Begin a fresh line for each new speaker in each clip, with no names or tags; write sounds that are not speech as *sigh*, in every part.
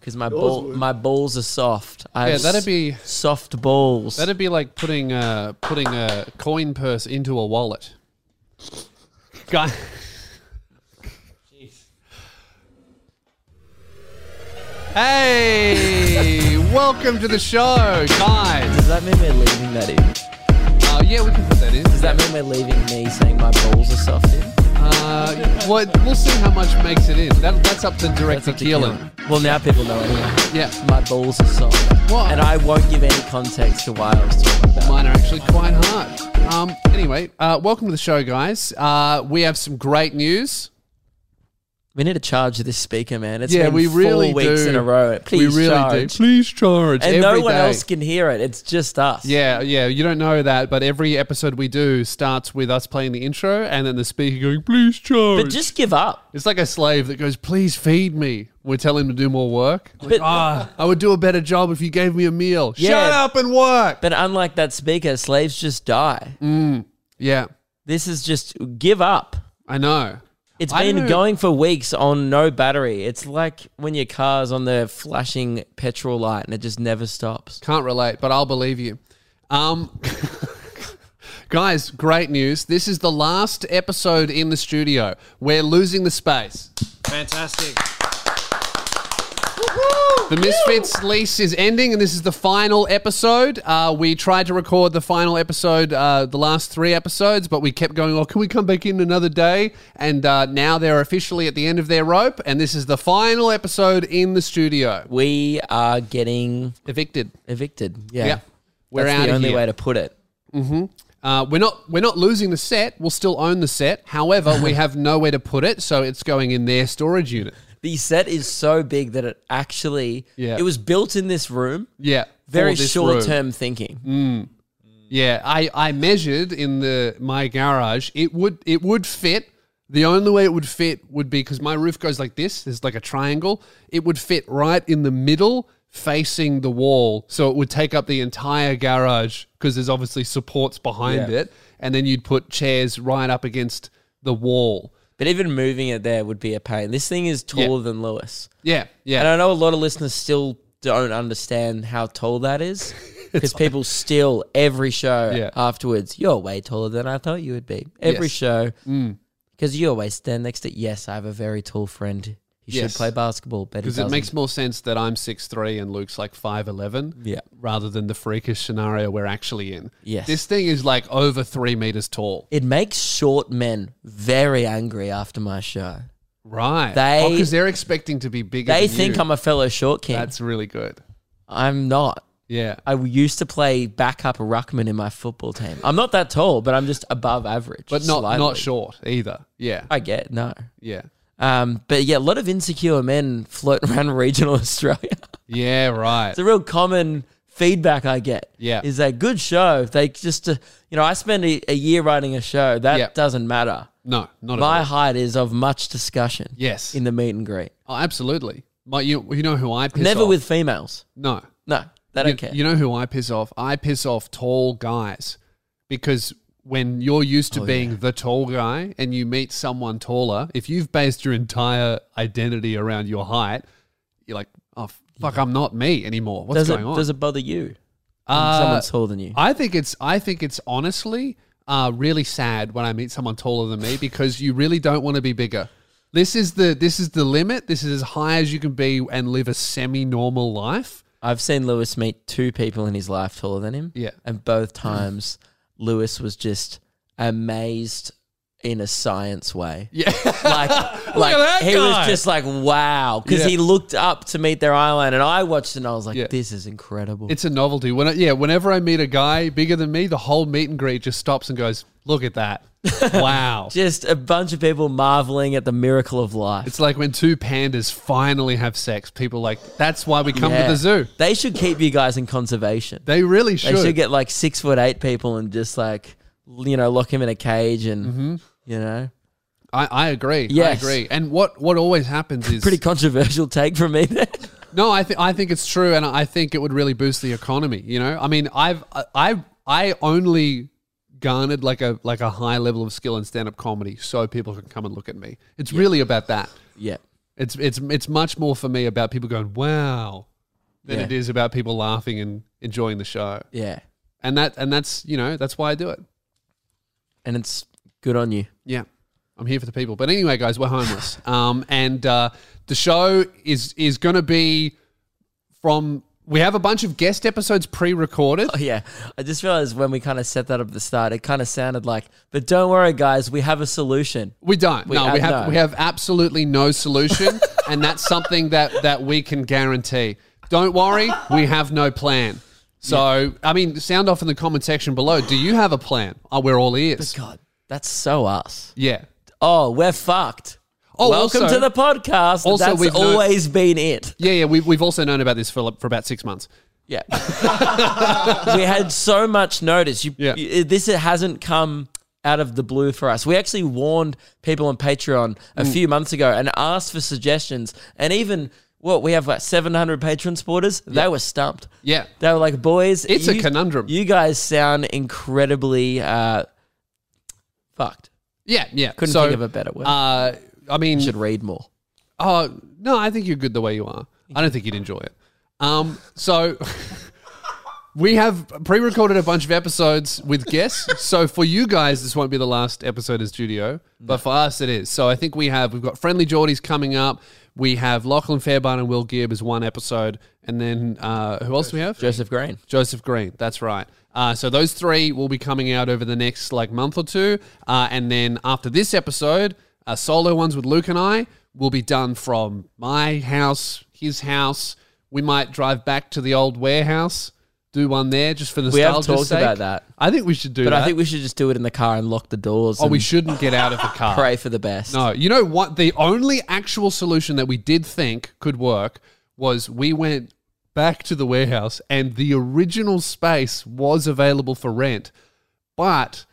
because my ball, my balls are soft. I
Yeah,
have
that'd
s-
be-
soft balls.
That'd be like putting a putting a coin purse into a wallet. Guy, hey, welcome to the show, guys.
Does that mean we're leaving that in?
Uh, yeah, we can put that in.
Does that mean we're leaving me saying my balls are soft in?
Uh, what? We'll see how much makes it in. That, that's up to director
up to Keelan.
Keelan.
Well, now people know anyway.
Yeah,
My balls are soft.
What?
And I won't give any context to why I was talking about.
mine are actually quite hard. Um, anyway, uh, welcome to the show, guys. Uh, we have some great news.
We need to charge this speaker, man. It's
Yeah,
been
we
four
really
weeks
do.
in a row.
we
Please
really
charge.
do. Please charge.
And
every
no one
day.
else can hear it. It's just us.
Yeah, yeah. You don't know that, but every episode we do starts with us playing the intro and then the speaker going, "Please charge."
But just give up.
it's like a slave that goes, "Please feed me." We tell him to do more work. Like,
But-
"Ah, I would do a better job if you gave me a meal. Shut
Yeah.
up and work.
But unlike that speaker, slaves just die.
Mm. Yeah,
This is just give up.
I know.
It's
I
been
don't-
going for weeks on no battery. It's like when your car's on the flashing petrol light and it just never stops.
Can't relate, but I'll believe you. Um, *laughs* guys, great news. This is the last episode in the studio. We're losing the space.
Fantastic.
The Misfits lease is ending, and this is the final episode. Uh, we tried to record the final episode, uh, the last three episodes, but we kept going, oh, can we come back in another day? And uh, now they're officially at the end of their rope, and this is the final episode in the studio.
We are getting
Evicted.
evicted. Yeah.
Yep. We're
That's
out
the
of
only
here.
way to put it.
Uh, we're not we're not losing the set. We'll still own the set. However, we
*laughs*
have nowhere to put it, so it's going in their storage unit.
The set is so big that it actually
Yeah.
it was built in this room.
Yeah, for
Very
this
short
room.
term thinking.
Yeah, I, I measured in the my garage. It would it would fit. The only way it would fit would be because my roof goes like this. There's like a triangle. It would fit right in the middle, facing the wall. So it would take up the entire garage because there's obviously supports behind
Yeah.
it, and then you'd put chairs right up against the wall.
But even moving it there would be a pain. This thing is taller than Lewis.
Yeah,
And
yeah.
I know a lot of listeners still don't understand how tall that
*laughs*
is because people still, every show
Yeah.
afterwards, you're way taller than I thought you would be. Every
Yes. Mm.
show. Because you always stand next to, yes, I have a very tall friend. He
Yes.
should play basketball, but he
Because it
doesn't.
makes more sense that I'm six three and Luke's like five eleven.
Yeah.
Rather than the freakish scenario we're actually in.
Yes.
This thing is like over three meters tall.
it makes short men very angry after my show.
Right.
They-
because they're expecting to be bigger.
They
than
think
you.
I'm a fellow short king.
That's really good.
I'm not.
Yeah.
I used to play backup ruckman in my football team. I'm not that tall, but I'm just above average.
But not
slightly.
not short either. Yeah.
I get no.
yeah.
Um, but yeah, a lot of insecure men floating *laughs* around regional Australia. it's
Yeah. Right.
a real common feedback I get.
Yeah.
is that good show? They just, uh, you know, I spent a, a year writing a show. That
Yeah.
doesn't matter.
No. Not at
My
all.
height is of much discussion.
Yes.
in the meet and greet,
Oh, absolutely. My, you you know who I piss
never
off?
with females.
no.
No, they
You,
don't care.
you know who I piss off? I piss off tall guys because when you're used to
Oh,
being the tall guy and you meet someone taller, if you've based your entire identity around your height, you're like, oh fuck, I'm not me anymore. What's
does it
going on?
does it bother you? when
Uh,
someone's taller than you.
I think it's I think it's honestly uh, really sad when I meet someone taller than me because you really don't want to be bigger. This is the this is the limit. This is as high as you can be and live a semi-normal life.
I've seen Lewis meet two people in his life taller than him.
Yeah.
And both times *laughs* Lewis was just amazed in a science way.
*laughs* Yeah,
Like
that
like he
guy.
was just like wow cuz
Yeah.
he looked up to meet their eyeline and I watched and I was like
Yeah.
this is incredible.
it's a novelty. When I, yeah, whenever I meet a guy bigger than me, the whole meet and greet just stops and goes, "Look at that!
*laughs*
Wow!"
just a bunch of people marveling at the miracle of life.
it's like when two pandas finally have sex. People are like that's why we come
Yeah.
to the zoo.
They should keep you guys in conservation.
They really
They
should.
should get like 6 foot 8 people and just like you know lock him in a cage and
Mm-hmm.
you know
I, I agree. I
Yes.
agree. And what what always happens is
pretty controversial take from me there.
No, I think I think it's true, and I think it would really boost the economy. You know, I mean, I've I- I I only garnered like a like a high level of skill in stand up comedy, so people can come and look at me. It's really about that.
yeah.
It's it's it's much more for me about people going wow than
Yeah.
it is about people laughing and enjoying the show.
Yeah.
And that and that's you know that's why I do it.
And it's good on you. *laughs*
Yeah. I'm here for the people. But anyway, guys, we're homeless. *laughs* um, and uh, the show is is going to be from. We have a bunch of guest episodes pre-recorded.
Oh, yeah. I just realized when we kind of set that up at the start, it kind of sounded like, but don't worry, guys, we have a solution.
We don't. no,
have
we have
no.
we have absolutely no solution, *laughs* and that's something that that we can guarantee. Don't worry, we have no plan. So, I mean, sound off in the comment section below. Do you have a plan? Oh, we're all ears.
God, that's so us.
Yeah.
Oh, we're fucked.
Oh,
Welcome
also-
to the podcast.
also
that's
we've no-
always been it.
Yeah, yeah. We've, we've also known about this for, for about six months.
Yeah. *laughs* we had so much notice. You,
Yeah.
you- this hasn't come out of the blue for us. We actually warned people on Patreon a
Mm.
few months ago and asked for suggestions. And even, what, we have like 700 patron supporters? They were stumped.
Yeah.
They were like, boys,
It's a conundrum.
You guys sound incredibly uh, fucked.
Yeah, yeah.
Couldn't
so,
think of a better word.
Uh, I mean,
Should read more.
Oh no, I think you're good the way you are. I don't think you'd enjoy it. Um, so *laughs* we have pre-recorded a bunch of episodes with guests. so for you guys, this won't be the last episode in studio, but for us, it is. So I think we have we've got friendly Geordies coming up. We have Lachlan Fairbairn and Will Gibb as one episode, and then uh, who else do we have?
Joseph Green.
Joseph Green. That's right. Uh, so those three will be coming out over the next like month or two, uh, and then after this episode, uh, solo ones with Luke and I will be done from my house, his house. We might drive back to the old warehouse, do one there just for the.
We have talked about that.
I think we should do
But
that.
I think we should just do it in the car and lock the doors.
oh,
and
we shouldn't get out of the car.
pray for the best.
No, you know what? The only actual solution that we did think could work was we went back to the warehouse and the original space was available for rent, but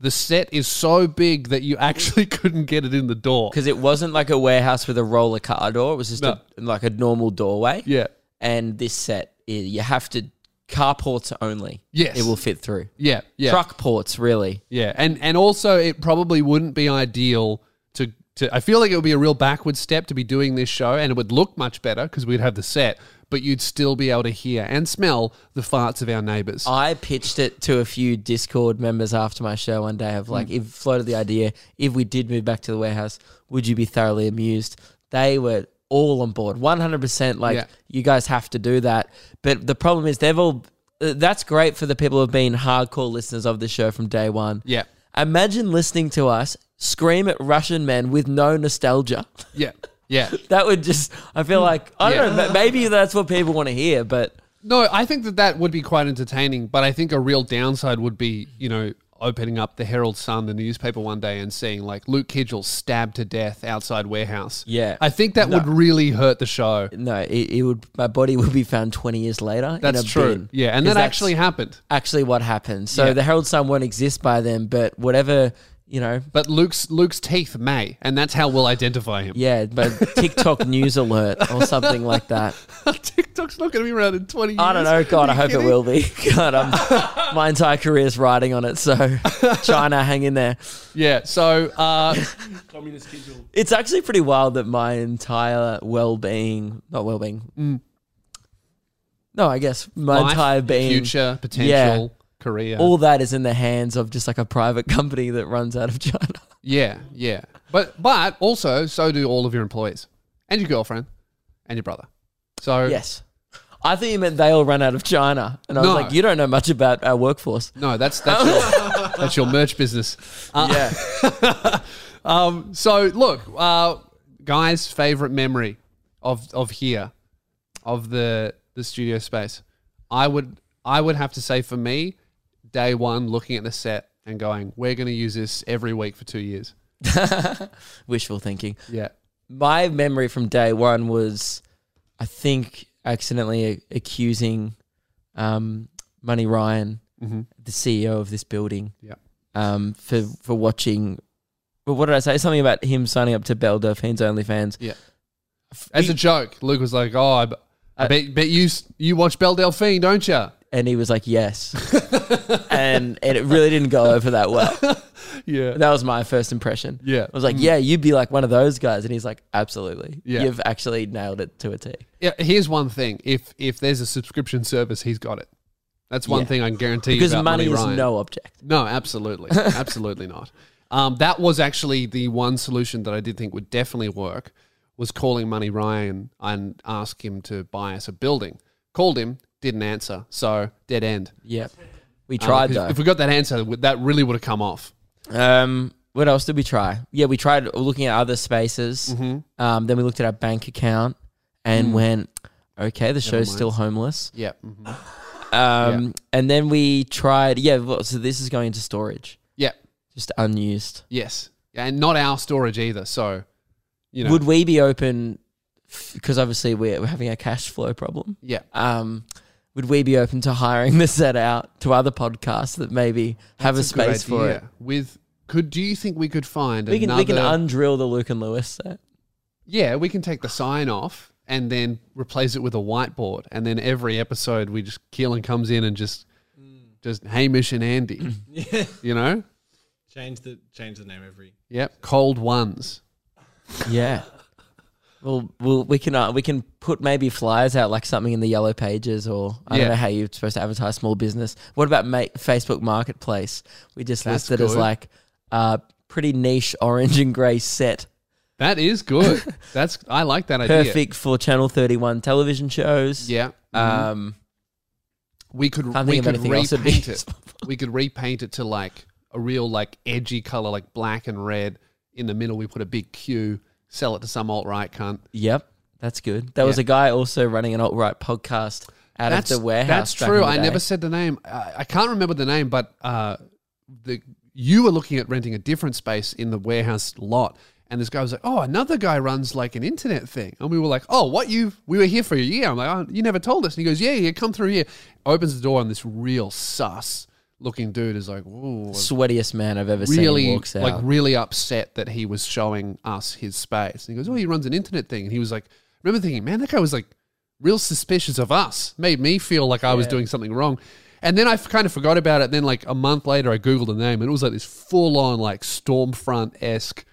the set is so big that you actually *laughs* couldn't get it in the door.
because it wasn't like a warehouse with a roller car door. It was just
No.
a, like a normal doorway.
Yeah.
And this set, i- you have to carports only.
Yes.
it will fit through.
Yeah. Yeah.
Truck ports, really.
Yeah, and and also it probably wouldn't be ideal to to. I feel like it would be a real backward step to be doing this show, and it would look much better because we'd have the set, but you'd still be able to hear and smell the farts of our neighbors.
I pitched it to a few Discord members after my show one day of
Hmm.
like, if floated the idea, if we did move back to the warehouse, would you be thoroughly amused? They were all on board, 100%. Like,
Yeah.
you guys have to do that. But the problem is, they've all, uh, that's great for the people who have been hardcore listeners of the show from day one.
Yeah.
Imagine listening to us scream at Russian men with no nostalgia. *laughs*
Yeah, yeah.
That would just, I feel like, I don't
Hmm. Yeah.
know, ma- maybe that's what people want to hear, but
No, I think that that would be quite entertaining, but I think a real downside would be, you know, opening up the Herald Sun, the newspaper one day, and seeing like Luke Kidgel stabbed to death outside warehouse.
Yeah.
I think that would really hurt the show.
no, it, it would, my body would be found 20 years later.
That's
in a
true.
bin.
Yeah, and
'Cause
that
that's
actually happened.
actually what happened. So
Yeah.
the Herald Sun won't exist by then, but whatever, you know,
But Luke's Luke's teeth may, and that's how we'll identify him.
yeah, but TikTok news alert or something like that.
*laughs* TikTok's not going to be around in twenty years.
I don't know. God,
Are
I
you
hope
kidding?
it will be. *laughs* God, I'm, my entire career's riding on it. So
*laughs*
China, hang in there.
Yeah. So, uh,
Communist kids will
It's actually pretty wild that my entire well-being, not well-being, mm. no, I guess my
life,
entire being,
future, potential, career.
all that is in the hands of just like a private *laughs* company that runs out of China.
Yeah, yeah. But but also, so do all of your employees and your girlfriend and your brother. So
Yes. I thought you meant they all run out of China. And I was
No.
like, you don't know much about our workforce.
no, that's that's your, that's your merch business.
yeah.
Um, so look, uh, guys, favorite memory of of here, of the the studio space. I would I would have to say for me, day one, looking at the set and going, we're going to use this every week for two years.
*laughs* Wishful thinking.
Yeah.
My memory from day one was, I think, accidentally a- accusing um, Money Ryan, the CEO of this building,
Mm-hmm. Yeah.
um, for, for watching. But what did I say? Something about him signing up to Belle Delphine's OnlyFans.
Yeah. As a joke, Luke was like, "Oh, I, b- I bet, bet you s- you watch Belle Delphine, don't you?" *laughs* *laughs*
And he was like, yes. and, and it really didn't go over that well.
Yeah.
That was my first impression.
Yeah.
I was like, yeah, you'd be like one of those guys. And he's like, absolutely.
Mm. Yeah.
You've actually nailed it to a T.
Yeah, here's one thing: if if there's a subscription service, he's got it. That's one
Yeah.
thing I can guarantee
Because
about
money, is
Ryan.
no object.
No,
*laughs*
absolutely, absolutely not. Um, that was actually the one solution that I did think would definitely work was calling Money Ryan and ask him to buy us a building. Called him, didn't answer, so dead end.
Yep. We
Um,
tried
'cause
though.
If we got that answer, would- that really would have come off.
Um, what else did we try? Yeah, we tried looking at other spaces.
Mm-hmm.
Um, then we looked at our bank account
Hmm.
and went, okay, the show's still homeless.
Yeah,
Um, and then we tried, yeah. Well, so this is going into storage,
yeah,
just unused.
yes, and not our storage either. So, you know,
Would we be open? Because obviously we're, we're having a cash flow problem.
yeah,
Um, would we be open to hiring *laughs* this set out to other podcasts that maybe have a
Good
space for it?
idea. With could do you think we could find
We can
another?
we can undrill the Luke and Lewis set.
yeah, we can take the sign off and then replace it with a whiteboard, and then every episode we just Keelan comes in and just just Hamish
*laughs*
and Andy, you know,
Change the change the name every.
yep, cold ones.
Yeah. Well, we'll we can uh, we can put maybe flyers out like something in the yellow pages or I
Yeah.
don't know how you're supposed to advertise small business. What about ma- Facebook Marketplace? We just
That's
listed as
good.
like a pretty niche orange and grey set,
That
*laughs*
is good. That's I like that idea.
perfect for Channel Thirty One television shows.
Yeah, Mm-hmm.
Um,
we could
Can't
we
think of
could
anything else that'd be *laughs*
repaint it.
useful.
We could repaint it to like a real like edgy color, like black and red. In the middle, we put a big Q. Sell it to some alt right cunt.
Yep, that's good. There was
Yeah.
a guy also running an alt right podcast out
that's
of the warehouse.
That's
back in
true.
the
I never
day.
said the name. I, I can't remember the name, but uh, the you were looking at renting a different space in the warehouse lot, and this guy was like, "Oh, another guy runs like an internet thing," and we were like, "Oh, what you? We were here for a year." I'm like, oh, "You never told us." And he goes, "Yeah, yeah, come through here." Opens the door, and this real sus looking dude is like, "Whoa."
sweatiest man I've ever seen
Really,
walks out.
like, really upset that he was showing us his space. And he goes, "Oh, he runs an internet thing." And he was like, I "Remember thinking, man, that guy was like real suspicious of us. Made me feel like I was doing something wrong." And then I f- kind of forgot about it. Then, like a month later, I googled the name, and it was like this full-on, like Stormfront esque,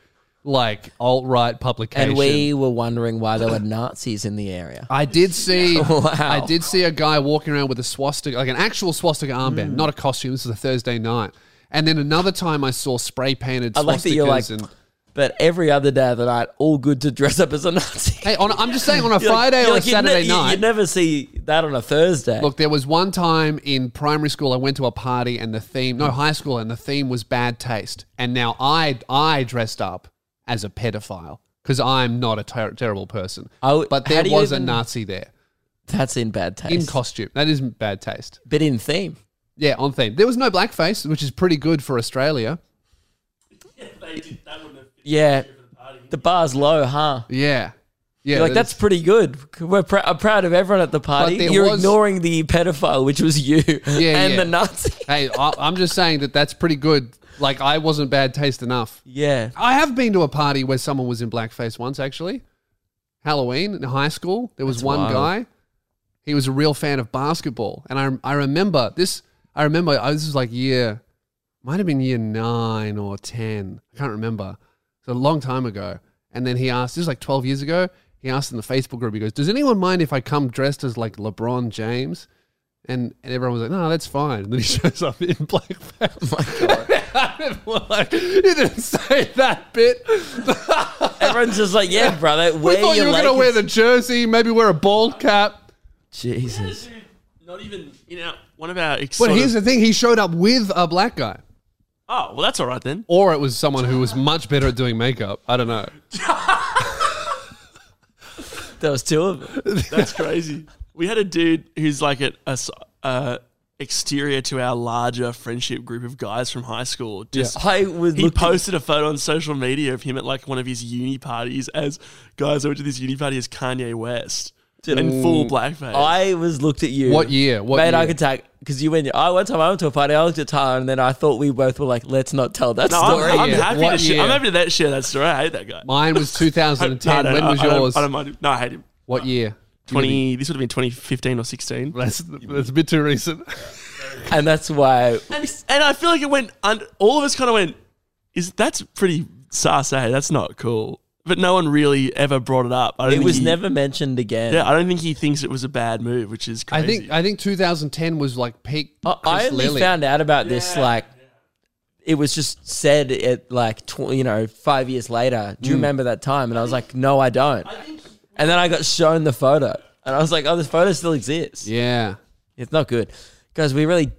like alt-right publication.
and we were wondering why there were Nazis in the area.
I did
*laughs*
see
Wow.
I did see a guy walking around with a swastika like an actual swastika armband,
Mm.
not a costume. This is a Thursday night. And then another time I saw spray painted swastikas
I like that you're like,
and
but every other day of the night, all good to dress up as a Nazi. *laughs*
Hey, on, I'm just saying on a
You're like-
Friday
you're
or a
like, you'd
Saturday
ne- you-
night.
you'd never see that on a Thursday.
Look, there was one time in primary school I went to a party and the theme, no high school, and the theme was bad taste. And now I I dressed up as a pedophile because I'm not a ter- terrible person.
I would-
but
how
there
do you
was a
even-
Nazi there
that's in bad taste,
in costume. That isn't bad taste.
but in theme.
Yeah, on theme. There was no blackface, which is pretty good for Australia.
Yeah, the bar's low, huh?
Yeah, yeah.
You're like
that
that's pretty good. We're pr- I'm proud of everyone at the party.
there
You're
was-
ignoring the pedophile, which was you, *laughs* and
yeah.
the Nazi.
hey, I, I'm just saying that that's pretty good. Like I wasn't bad taste enough.
Yeah,
I have been to a party where someone was in blackface once, actually. Halloween in high school, there was one
wild.
guy. He was a real fan of basketball, and I I remember this. I remember I, this was like year, might have been year nine or ten. I can't remember. It's a long time ago. And then he asked, this is like twelve years ago. He asked in the Facebook group. He goes, "Does anyone mind if I come dressed as like LeBron James?" And, and everyone was like, "No, that's fine." And then he *laughs* shows up in blackface. *laughs* We're like, you didn't say that bit.
everyone's just like,
*laughs*
yeah, brother.
We
Wear
thought you
your
were going to
Lakers-
wear the jersey, maybe wear a bald cap.
Jesus.
Not even you know one of our. Ex-
But
sort of-
here's the thing: he showed up with a black guy,
oh well, that's all right
*laughs*
then.
or it was someone who was much better at doing makeup. I don't know.
There was two of them.
That's crazy. We had a dude who's like a, a s- uh, exterior to our larger friendship group of guys from high school. Just
I would
he
look.
posted a photo on social media of him at like one of his uni parties as guys. I went to this uni party as Kanye West in full blackface.
I was looked at you.
What year? What
Made
year?
eye contact because you went. I one time I went to a party. I looked at Tara, and then I thought we both were like, let's not tell that
no,
story.
I'm, I'm
year?
happy
What
to share. I'm
year?
happy to that share that story. I hate that guy.
Mine was
I-
2010.
no, no,
when
I-
was
I don't-
yours?
I don't mind him. No, I hate him.
what year?
Twenty. This would have been 2015 or 16.
That's, that's a bit too recent.
and that's why
And, and I feel like it went. Und- all of us kind of went. is that's pretty sassy. That's not cool. But no one really ever brought it up. I don't
It
think
was
he-
never mentioned again.
Yeah, I don't think he thinks it was a bad move, which is crazy.
I think I think 2010 was like peak.
I- I
Chris
only
Lilly.
found out about this like it was just said at like tw- you know five years later.
Hmm.
Do you remember that time? And I was like, no, I don't. And then I got shown the photo, and I was like, oh, this photo still exists.
Yeah.
It's not good, guys. We really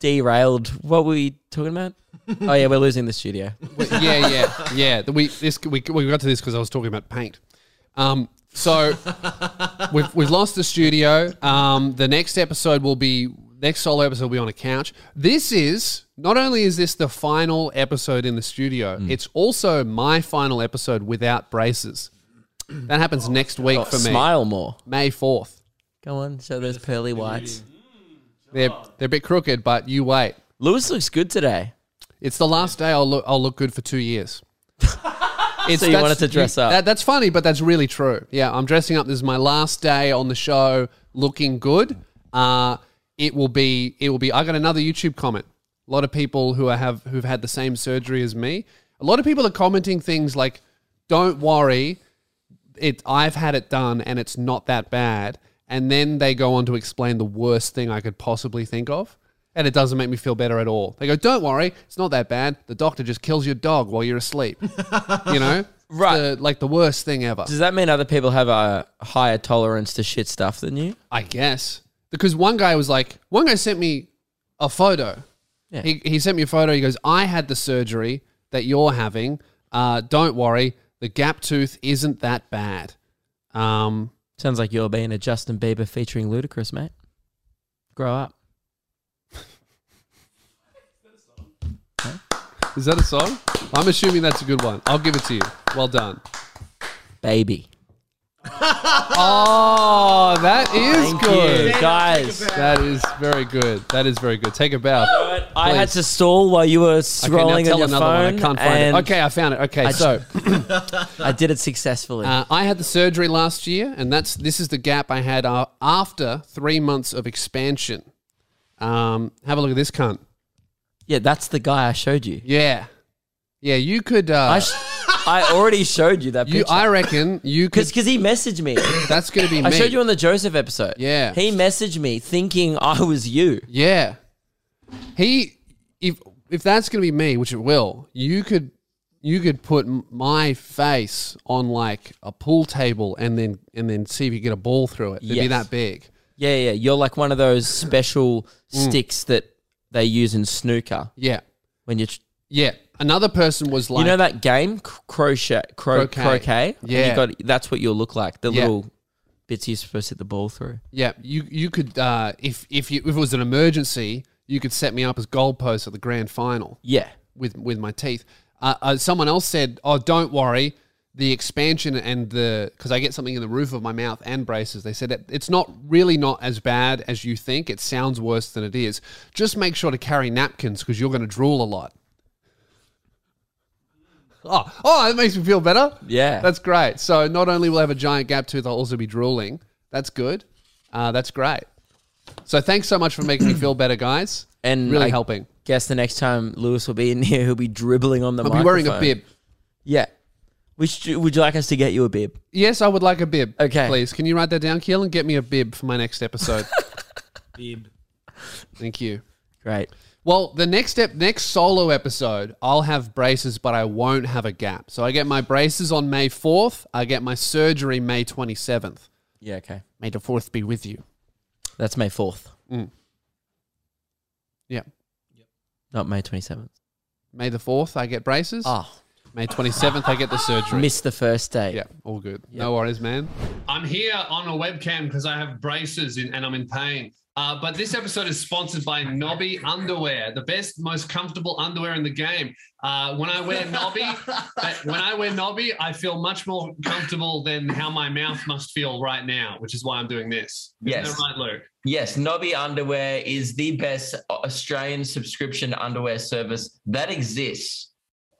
derailed. What were we talking
*laughs*
about? oh yeah, we're losing the studio.
But yeah, yeah, yeah. The- We this we, we got to this because I was talking about paint. Um, so we've we've lost the studio. Um, the next episode will be next solo episode will be on a couch. This is not only is this the final episode in the studio, it's also my final episode without braces. That happens next week for me,
Smile more.
May fourth.
Go on, show those pearly whites.
They're they're a bit crooked, but you wait.
Lewis looks good today.
It's the last day I'll look I'll look good for two years. It's,
So you
that's-
wanted to dress up.
that- that's funny, but that's really true. Yeah, I'm dressing up. This is my last day on the show, looking good. Uh, it will be. It will be. I got another YouTube comment. A lot of people who I have who've had the same surgery as me. A lot of people are commenting things like, "Don't worry, it I've had it done and it's not that bad. And then they go on to explain the worst thing I could possibly think of. And it doesn't make me feel better at all. They go, Don't worry, it's not that bad. The doctor just kills your dog while you're asleep. you
*laughs*
know?
Right.
The- like the worst thing ever.
Does that mean other people have a higher tolerance to shit stuff than you?
I guess. Because one guy was like, one guy sent me a photo.
Yeah.
He, he sent me a photo. He goes, I had the surgery that you're having. Uh, don't worry. The gap tooth isn't that bad. Um,
Sounds like you're being a Justin Bieber featuring Ludacris, mate. Grow up.
Is that a song? I'm assuming that's a good one. I'll give it to you. Well done.
Baby.
Oh, that is good.
you, guys.
That is very good. That is very good. Take a bow.
I had to stall while you were scrolling on your phone.
I can't find it.
and
Okay, I found it. Okay, so
I did it successfully.
uh, I had the surgery last year, and that's this is the gap I had uh, after three months of expansion. Um, have a look at this cunt.
yeah, that's the guy I showed you.
Yeah, yeah. You could. Uh, *laughs*
I, sh- I already showed you that
you,
picture.
I reckon you
*laughs*
could.
Because he messaged me.
That's going to be me.
I showed you on the Joseph episode.
Yeah.
He messaged me thinking *laughs* I was you.
Yeah. He if if that's going to be me, which it will, you could you could put m- my face on like a pool table and then and then see if you get a ball through it. It'd be
Yes.
that big.
Yeah, yeah. You're like one of those special sticks that they use in snooker
Yeah.
when you're. Tr-
Yeah. Another person was like
you know that game C- crochet, cro-
Croquet.
croquet. And
Yeah.
you got that's what you'll look like. The
Yeah.
little bits you're supposed to hit the ball through.
Yeah, you you could uh if if you if it was an emergency, you could set me up as goalpost at the grand final.
Yeah,
with with my teeth. Uh, uh, someone else said, "Oh, don't worry, the expansion and the because I get something in the roof of my mouth and braces." They said "It- it's not really not as bad as you think. It sounds worse than it is. Just make sure to carry napkins because you're going to drool a lot. Oh, oh, that makes me feel better.
Yeah.
that's great. So not only will I have a giant gap tooth, I'll also be drooling. That's good. Uh, that's great. So thanks so much for making me feel better, guys.
and
really
I
helping.
Guess the next time Lewis will be in here, he'll be dribbling on the.
I'll be wearing a
microphone.
bib.
Yeah. Would you, would you like us to get you a bib?
Yes, I would like a bib.
Okay.
Please. Can you write that down, Keel, and get me a bib for my next episode?
Bib.
Thank you.
Great.
Well, the next step, next solo episode, I'll have braces, but I won't have a gap. So I get my braces on May 4th. I get my surgery May 27th.
Yeah. Okay.
May the 4th be with you.
That's May fourth,
Mm. Yeah.
not May twenty seventh.
May the 4th, I get braces.
Oh,
May 27th, I get the
*laughs*
surgery.
missed the first day.
Ah. Yeah, all good. No worries, man. I'm here on a webcam because I have braces in, and I'm in pain. Uh, but this episode is sponsored by Nobby Underwear, the best, most comfortable underwear in the game. Uh, when I wear Nobby, but when I wear Nobby, I feel much more comfortable than how my mouth must feel right now, which is why I'm doing this. Isn't
Yes.
that right, Luke?
Yes, Nobby Underwear is the best Australian subscription underwear service that exists.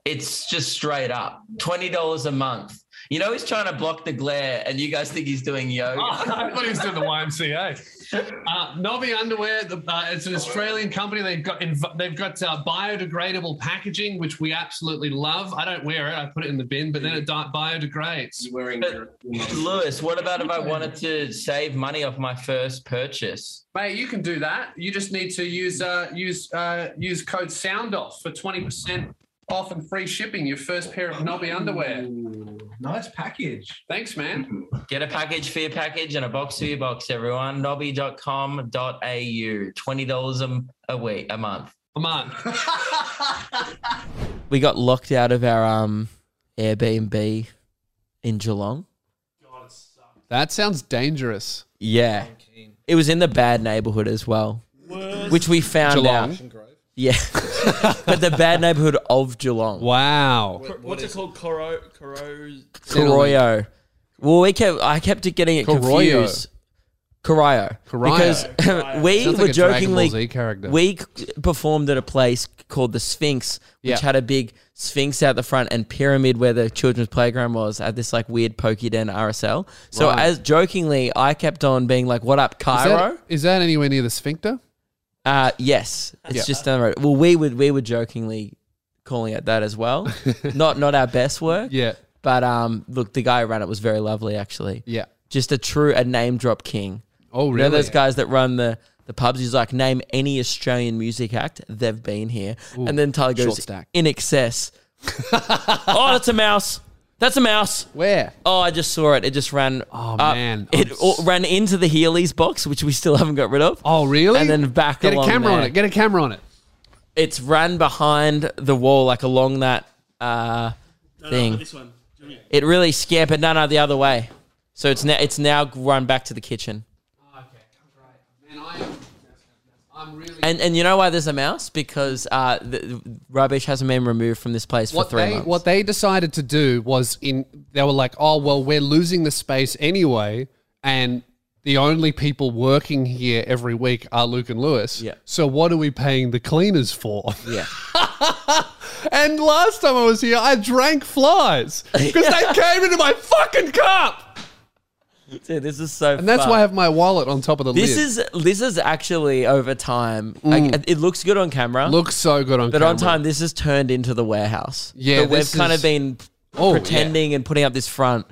It's just straight up $20 a month.
You know, he's trying to block the glare, and you guys think he's doing yoga.
Oh,
*laughs* I thought he was doing the YMCA. Uh, Nobby Underwear. The, uh, it's an Australian company. They've got inv- they've got uh, biodegradable packaging, which we absolutely love. I don't wear it. I put it in the bin, but then it di- biodegrades.
wearing your.
Lewis, what about if I wanted to save money off my first purchase?
Mate, you can do that. You just need to use uh, use uh, use code sound off for twenty percent off and free shipping. Your first pair of knobby underwear.
Nice package.
Thanks, man.
Get a package for your package and a box for your box, everyone. Nobby.com.au. $20 a, a week, a month.
Come on.
We got locked out of our um Airbnb in Geelong.
That sounds dangerous.
Yeah. It was in the bad neighborhood as well. Which we found out.
Geelong.
Yeah. *laughs* but the bad neighborhood of Geelong.
Wow.
What's it called? Coro, Coro.
Coroyo. Well, we kept. I kept getting it
Coroyo.
confused. Coroyo.
Coroyo.
Because *laughs* we
Sounds
were
like a Dragon Ball Z
jokingly
character.
we c- performed at a place called the Sphinx, which
Yeah.
had a big Sphinx out the front and pyramid where the children's playground was at this like weird pokey den RSL. So
Right.
as jokingly, I kept on being like, "What up,
is,
Cairo?"
that, is that anywhere near the sphincter?
Uh, yes, it's
Yeah.
just down the road. Well, we would we were jokingly calling it that as
*laughs*
well. not not our best work.
Yeah.
But um, look, the guy who ran it was very lovely, actually.
Yeah.
Just a true a name drop king.
Oh,
You know
really?
those guys that run the the pubs. He's like, name any Australian music act. They've been here, and then Tyler
short
goes
stack.
in
*laughs*
excess. oh, that's a mouse. That's a mouse.
Where?
Oh, I just saw it. It just ran.
Oh,
up.
man.
It
I'm
all,
s-
ran into the Healy's box, which we still haven't got rid of.
Oh, really?
And then back
Get
along
a camera on
there.
it. Get a camera on it.
It's ran behind the wall, like along that uh, thing.
This one.
It really scampered. No, no, the other way. So it's now it's now run back to the kitchen.
Oh,
Man, I am, I'm really.
And and you know why there's a mouse? Because uh, the the rubbish hasn't been removed from this place
what
for three
they
months.
what they decided to do was in they were like, oh well, we're losing the space anyway, and the only people working here every week are Luke and Lewis.
Yeah.
So what are we paying the cleaners for?
Yeah.
*laughs* and last time I was here, I
*laughs*
drank flies because they came into my fucking cup,
Dude, this is so.
and that's why I have my wallet on top of the
this
lid.
is this is actually over time. like, it looks good on camera,
looks so good Mm. on
but
camera.
on time this has turned into the warehouse.
Yeah,
that we've
this
kind
is-
of been
Oh, yeah.
pretending and putting up this front.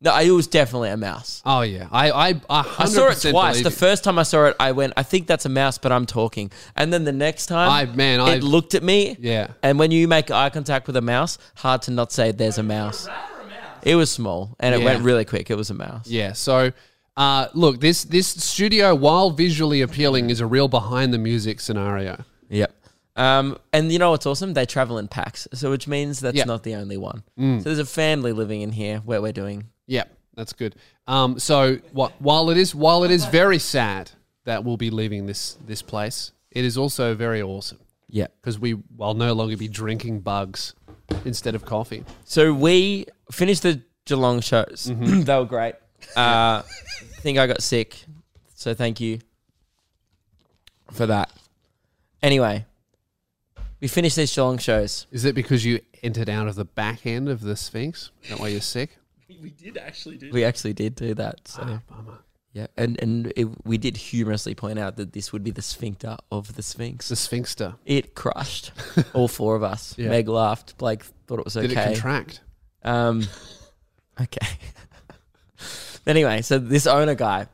No, it was definitely a mouse.
Oh yeah, I I
I saw it twice. The first time I saw it, I went, I think that's a mouse, but I'm talking. And then the next time,
I- man,
it
I've-
looked at me.
Yeah.
And when you make eye contact with a mouse, hard to not say there's a mouse. It was small and it
Yeah.
went really quick. It was a mouse.
Yeah. So, uh, look, this this studio, while visually appealing, is a real behind the music scenario.
Yep. Um, and you know what's awesome? They travel in packs, so which means that's
Yeah.
not the only one. So there's a family living in here where we're doing.
Yeah, that's good. Um, so, wh- while it is while it is very sad that we'll be leaving this this place, it is also very awesome
Yeah.
because we will no longer be drinking bugs instead of coffee.
So we finished the Geelong shows. *clears throat* they were great. Uh, I think I got sick, so thank you for that. Anyway, we finished these Geelong shows.
Is it because you entered out of the back end of the Sphinx? Is that why you're sick?
We did actually do.
We actually did do that. So yeah, and and it, we did humorously point out that this would be the sphincter of the Sphinx.
The Sphinxter.
It
*laughs*
crushed all four of us. Meg laughed. Blake thought it was okay.
Did it contract?
Um, okay. *laughs* anyway, so this owner guy,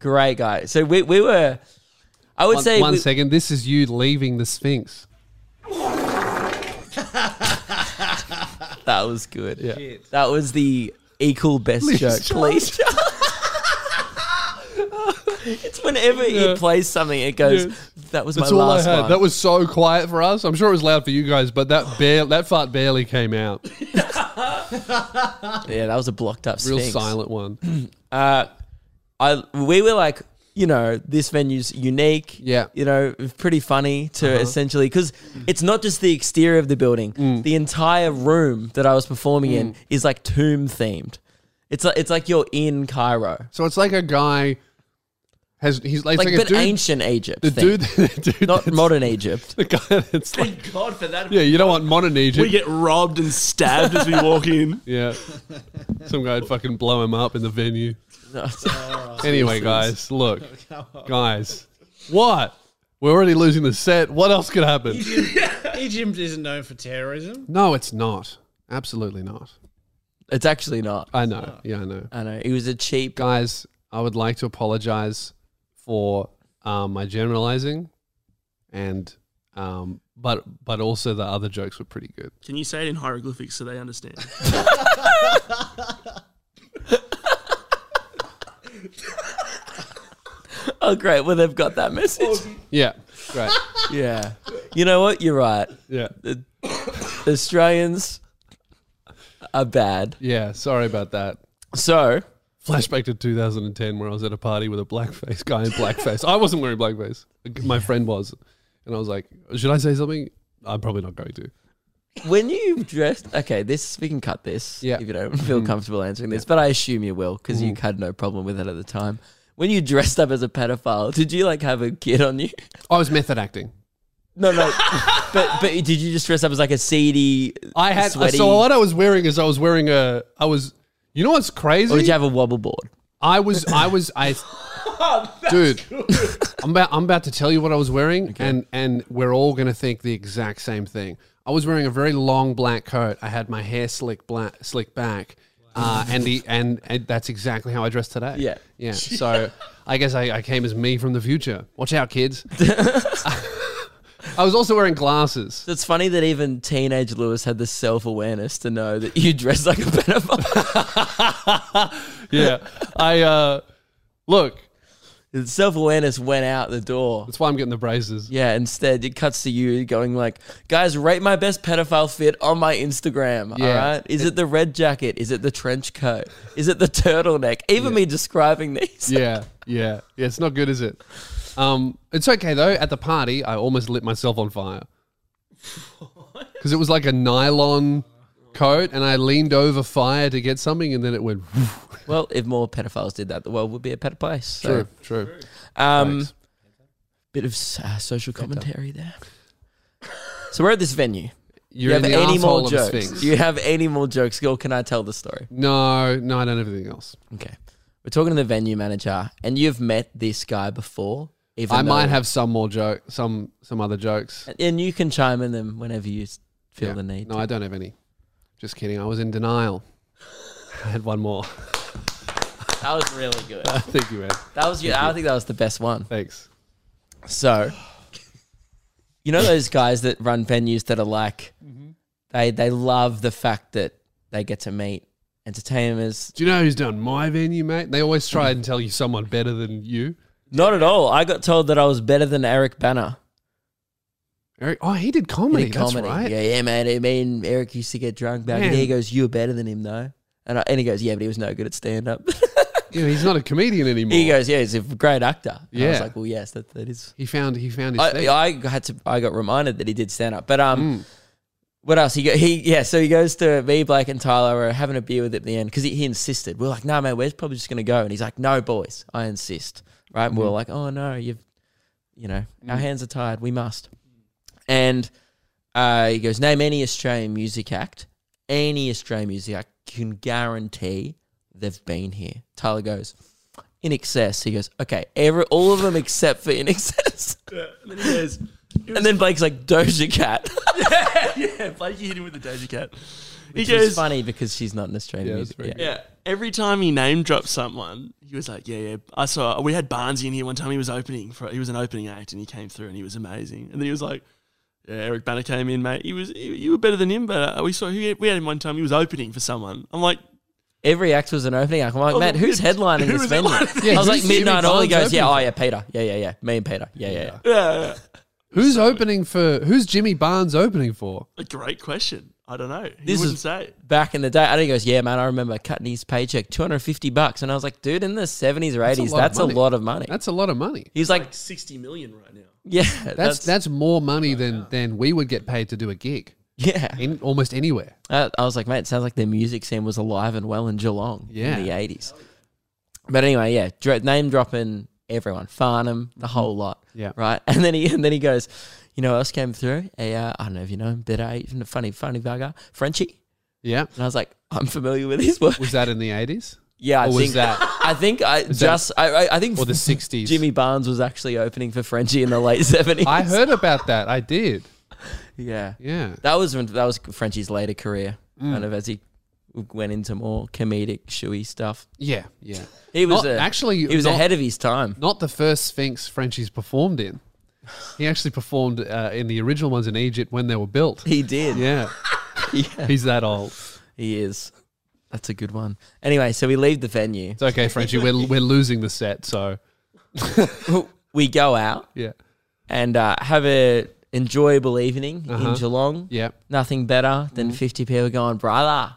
great guy. So we, we were, I would
Mm-hmm. One one
say,
second.
we-
This is you leaving the Sphinx.
that was good.
Yeah.
That was the equal best joke. Please,
*laughs*
Charles. it's whenever
Yeah.
he plays something, it goes,
Yeah.
that was
That's
my
all I
last
had.
one.
That was so quiet for us. I'm sure it was loud for you guys, but
*sighs*
that bare, that fart barely came out.
*coughs* yeah, that was a blocked up
Real
Sphinx. *clears throat*
silent one.
I we were like, you know, this venue's unique.
Yeah.
you know, pretty funny to essentially because it's not just the exterior of the building. The entire room that I was performing in is like tomb themed. It's like it's like you're in Cairo.
So it's like a guy Has he's like,
Like,
like a
but
dude,
ancient Egypt.
the
thing.
dude, *laughs* the dude
not
that's-
modern Egypt. *laughs*
*laughs* The guy that's like,
*laughs* Thank God for that.
yeah, you don't want modern Egypt.
We get robbed and stabbed as we walk in.
Yeah. Some guy would fucking blow him up in the venue.
uh, Oh,
Anyway,
*laughs*
guys, look. Guys, what? We're already losing the set. What else could
*laughs*
happen?
Egypt isn't known for terrorism.
No, it's not. Absolutely not.
It's actually not.
I know. Yeah, I know.
I know. It was a cheap.
Guys, I would like to apologize for um, my generalizing and um, but but also the other jokes were pretty good.
*laughs* Can you say it in hieroglyphics so they understand?
Oh, great. Well, they've got that message.
Yeah.
*laughs*
Great.
Oh, Yeah. You know what? You're right.
Yeah.
Australians are bad.
Yeah, sorry about that.
So,
Flashback to 2010, where I was at a party with a blackface guy in blackface. I wasn't wearing blackface. My friend was, and I was like, "Should I say something?" I'm probably not going to.
when you dressed, okay, this we can cut this
Yeah. Mm-hmm.
if you don't feel comfortable answering this, but I assume you will because you had no problem with it at the time. When you dressed up as a pedophile, did you like have a kid on
*laughs*
you?
I was method acting.
No, no. *laughs* but but did you just dress up as like a seedy?
I had
sweaty.
so what I was wearing is I was wearing a I was. You know what's crazy?
or did you have a wobble board?
I was I was I. dude, I'm about I'm about to tell you what I was wearing, and and we're all gonna think the exact same thing. I was wearing a very long black coat. I had my hair slick black slick back. Uh, and the and, and that's exactly how I dressed today.
Yeah.
*laughs* yeah. So I guess I, I came as me from the future. Watch out, *laughs* kids. I was also wearing glasses.
It's funny that even teenage Lewis had the self awareness to know that you *laughs* dress like a
*laughs*
pedophile.
Yeah, I uh, look.
the self awareness went out the door.
That's why I'm getting the braces.
Yeah, instead it cuts to you going like, guys, rate my best pedophile fit on my Instagram. All
Yeah.
right. Is it the red jacket? Is it the trench coat? Is it the turtleneck? Even me describing these.
yeah, yeah, yeah. It's not good, is it? Um, it's okay though. At the party, I almost lit myself on fire because it was like a nylon coat, and I leaned over fire to get something, and then it went.
Well, if more pedophiles did that, the world would be a better place. So,
True, true.
Um,
Thanks.
bit of uh, social commentary there. So we're at this venue.
You're in
you
the
have any
asshole
more
of a
jokes?
sphinx.
Do you have any more jokes? Or can I tell the story?
no, no, I don't have anything else.
Okay. We're talking to the venue manager, and you've met this guy before. Even
I might
though-
have some more joke, some some other jokes.
and you can chime in them whenever you s- feel
Yeah.
the need.
No,
to.
I don't have any. Just kidding. I was in denial. *laughs* I had one more. *laughs*
That was really good.
Thank you, man.
That was good. Uh, I think that was the best one.
Thanks.
So, you know those guys that run venues that are like, they they love the fact that they get to meet entertainers.
Do you know who's done my venue, mate? They always try and tell you someone better than you.
Not at all. I got told that I was better than Eric Banner.
Eric, oh, he did
He
comedy.
did
that's
comedy.
right.
Yeah, yeah, man. I mean, Eric used to get drunk back,
Man.
and he goes, "You were better than him, though." And I, and he goes, "Yeah, but he was no good at stand up."
Yeah, he's not a comedian
*laughs*
anymore.
he goes, "Yeah, he's a great actor." And I was
Yeah.
like, "Well, yes, that, that is."
he found he found his thing.
I, I had to. I got reminded that he did stand up. But um, what else? He go, he yeah. So he goes to me, Blake, and Tyler. We're having a beer with it at the end because he, he insisted. We're like, no, man, we're probably just gonna go. And he's like, no, boys, I insist. Right? And we're like, oh no, you've, you know, our hands are tied. We must. And uh, he goes, name any Australian music act. Any Australian music act can guarantee they've been here. Tyler goes. In excess, he goes. Okay, every all of them except for in excess.
And then *laughs* he goes,
And then Blake's like Doja Cat, *laughs*
yeah, Blakey hit him with the Doja Cat. He
which is
goes,
funny because she's not an Australian
Yeah,
music.
that's very
yeah.
yeah. Every time he name dropped someone, he was like, yeah, yeah. I saw. We had Barnsley in here one time. He was opening for. He was an opening act, and he came through, and he was amazing. And then he was like. Yeah, Eric Banner came in, mate. He was he, you were better than him, but uh, we saw he, we had him one time. He was opening for someone. I'm like,
Every act was an opening act. I'm like,
Oh,
man,
the-
who's headlining
who
this
is
venue?
headlining
Yeah,
I was
who's
like midnight.
Jimmy
All he
Barnes
goes, yeah,
opening
oh yeah, Peter, yeah, yeah, yeah, me and Peter, yeah, yeah, yeah.
yeah, yeah.
who's opening for? Who's Jimmy Barnes opening for?
A great question. I don't know. He
This
wouldn't
is-
say.
Back in the day, and he goes, yeah, man, I remember cutting his paycheck, 250 bucks, and I was like, dude, in the 70s or 80s,
lot of
that's a
money.
lot of money.
That's a lot of money.
He's like,
Like 60 million right now.
yeah,
That's that's, more money than than we would get paid to do a gig
yeah.
in almost anywhere.
I, I was like, mate, it sounds like their music scene was alive and well in Geelong
Yeah.
in the 80s. But anyway, yeah, dr- name dropping everyone, Farnham, the whole lot.
Mm-hmm. Yeah.
Right. *laughs* And then he and then he goes, you know, who else came through. A, uh, I don't know if you know him, but uh, he's a funny, funny bugger, Frenchie.
Yeah.
And I was like, I'm familiar with *laughs* his work.
Was that in the 80s?
Yeah, I
Or was
think
that-
I think I just I, I I think
Or the
*laughs*
60s?
Jimmy Barnes was actually opening for Frenchie in the late *laughs* seventies.
I heard about that. I did.
yeah,
Yeah. Mm.
that was when- that was Frenchie's later career, kind of as he went into more comedic, shooey stuff.
Yeah. Yeah.
He was
Not-
a-
actually
he was
not-
ahead of his
*laughs*
time.
Not the first Sphinx Frenchie's performed in. He actually performed uh, in the original ones in Egypt when they were built.
He did. *laughs*
Yeah. He's that old.
He is. That's a good one. Anyway, so we leave the
*laughs*
venue.
It's okay, Frenchie. We're, we're losing the set. So,
We go out
yeah.
and uh, have a enjoyable evening in Geelong.
Uh-huh. Yeah. Mm-hmm.
Nothing better than 50 people going, brother,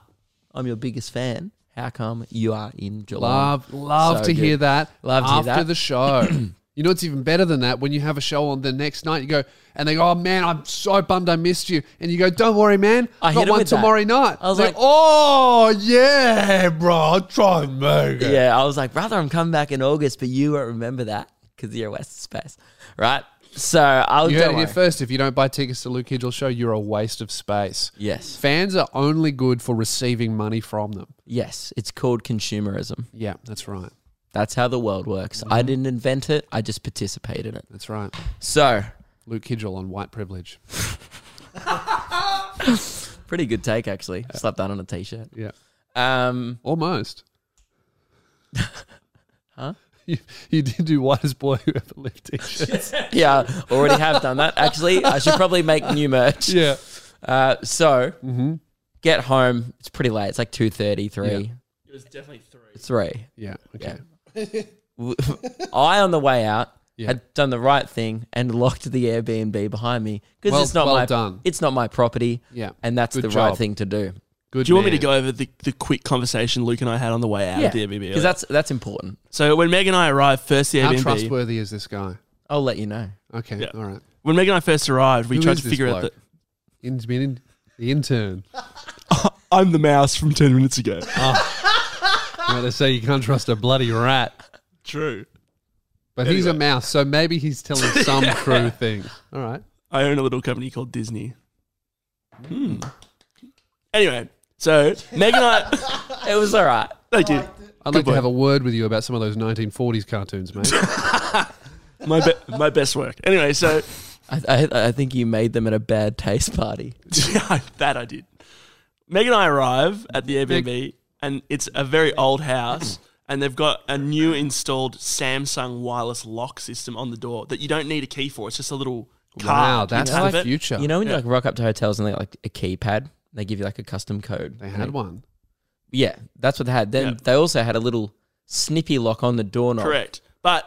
I'm your biggest fan. How come you are in Geelong?
Love, love
So
to
good.
hear that.
Love to hear
after
that.
the
*clears throat*
show. you know it's even better than that when you have a show on the next night. You go and they go, "Oh man, I'm so bummed I missed you." And you go, "Don't worry, man.
I hit
got
him
one
with that.
tomorrow night."
I was
They're,
like-
"Oh yeah, bro, I'll try and make it."
Yeah, I was like, brother, I'm coming back in August, but you won't remember that because you're West Space, right? So I'll
You
do
heard it here
it.
first. If you don't buy tickets to Luke Hidgel's show, you're a waste of space.
Yes.
Fans are only good for receiving money from them.
Yes, it's called consumerism.
Yeah, that's right.
That's how the world works. I didn't invent it, I just participate in it.
That's right.
So,
Luke Hidgel on white privilege.
pretty good take, actually. Slap that on a t shirt.
Yeah.
Um,
*laughs*
Almost. huh? You, you did do whitest boy who ever lived
*laughs*
t-shirts.
yeah, already have done that. Actually, I should probably make new merch.
yeah. Mm-hmm.
Uh, so get home. It's pretty late. It's like 2.30, 3.
It was definitely three.
3.
Yeah. Okay.
Yeah. *laughs* I, on the way out, had done the right thing and locked the Airbnb behind me because
Well-
it's not
well
my
done.
it's not my property.
Yeah.
and that's
Good
the
job.
right thing to do.
Good.
Do you want me
man.
to go over the, the quick conversation Luke and I had on the way out of the Airbnb?
because that's that's important.
so when Meg and I arrived first, the
How
Airbnb.
trustworthy is this guy?
I'll let you know.
Okay.
Yeah.
All right.
When Meg and I first arrived, we
Who
tried
is
to
this
figure out
bloke?
that
He's been in, the intern.
I'm the mouse from ten minutes ago.
You know, they say you can't trust a bloody rat,
True.
but he's a mouse, so maybe he's telling some true things. All right.
I own a little company called Disney. Hmm. Anyway, so Meg and I.
It was all right.
thank you.
I'd like to have a word with you about some of those 1940s cartoons, mate.
My be- my best work. Anyway, so *laughs*
I, I, I think you made them at a bad taste party.
Yeah, that I did. Meg and I arrive at the Airbnb, and it's a very old house, and they've got a new installed Samsung wireless lock system on the door that you don't need a key for. It's just a little
wow,
card.
that's
You have
the
it.
future.
You know when you
Oh, Yeah.
like rock up to hotels and they got like a keypad, they give you like a custom code.
they had one.
Yeah, that's what they had. Then
Yeah.
they also had a little snippy lock on the doorknob.
Correct, but.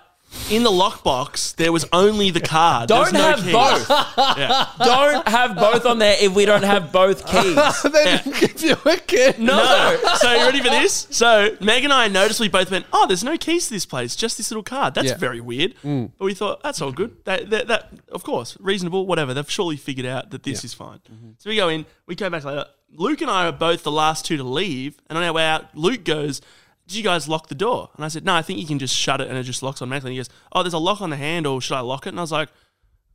In the lockbox, there was only the card. There was
Don't
no
have
key.
both.
Yeah.
*laughs* Don't have both on there if we don't have
*laughs*
both keys.
They didn't give you a kid.
No. *laughs* so you ready for this? So Meg and I noticed we both went, "Oh, there's no keys to this place, just this little card. That's
Yeah. Mm.
very weird." But we thought that's all good. That, that, that of course, reasonable, whatever. They've surely figured out that this is fine.
Mm-hmm.
So we go in. We go back later. Luke and I are both the last two to leave, and on our way out, Luke goes. Did you guys lock the door? And I said, No, I think you can just shut it and it just locks automatically. And he goes, Oh, there's a lock on the handle. Should I lock it? And I was like,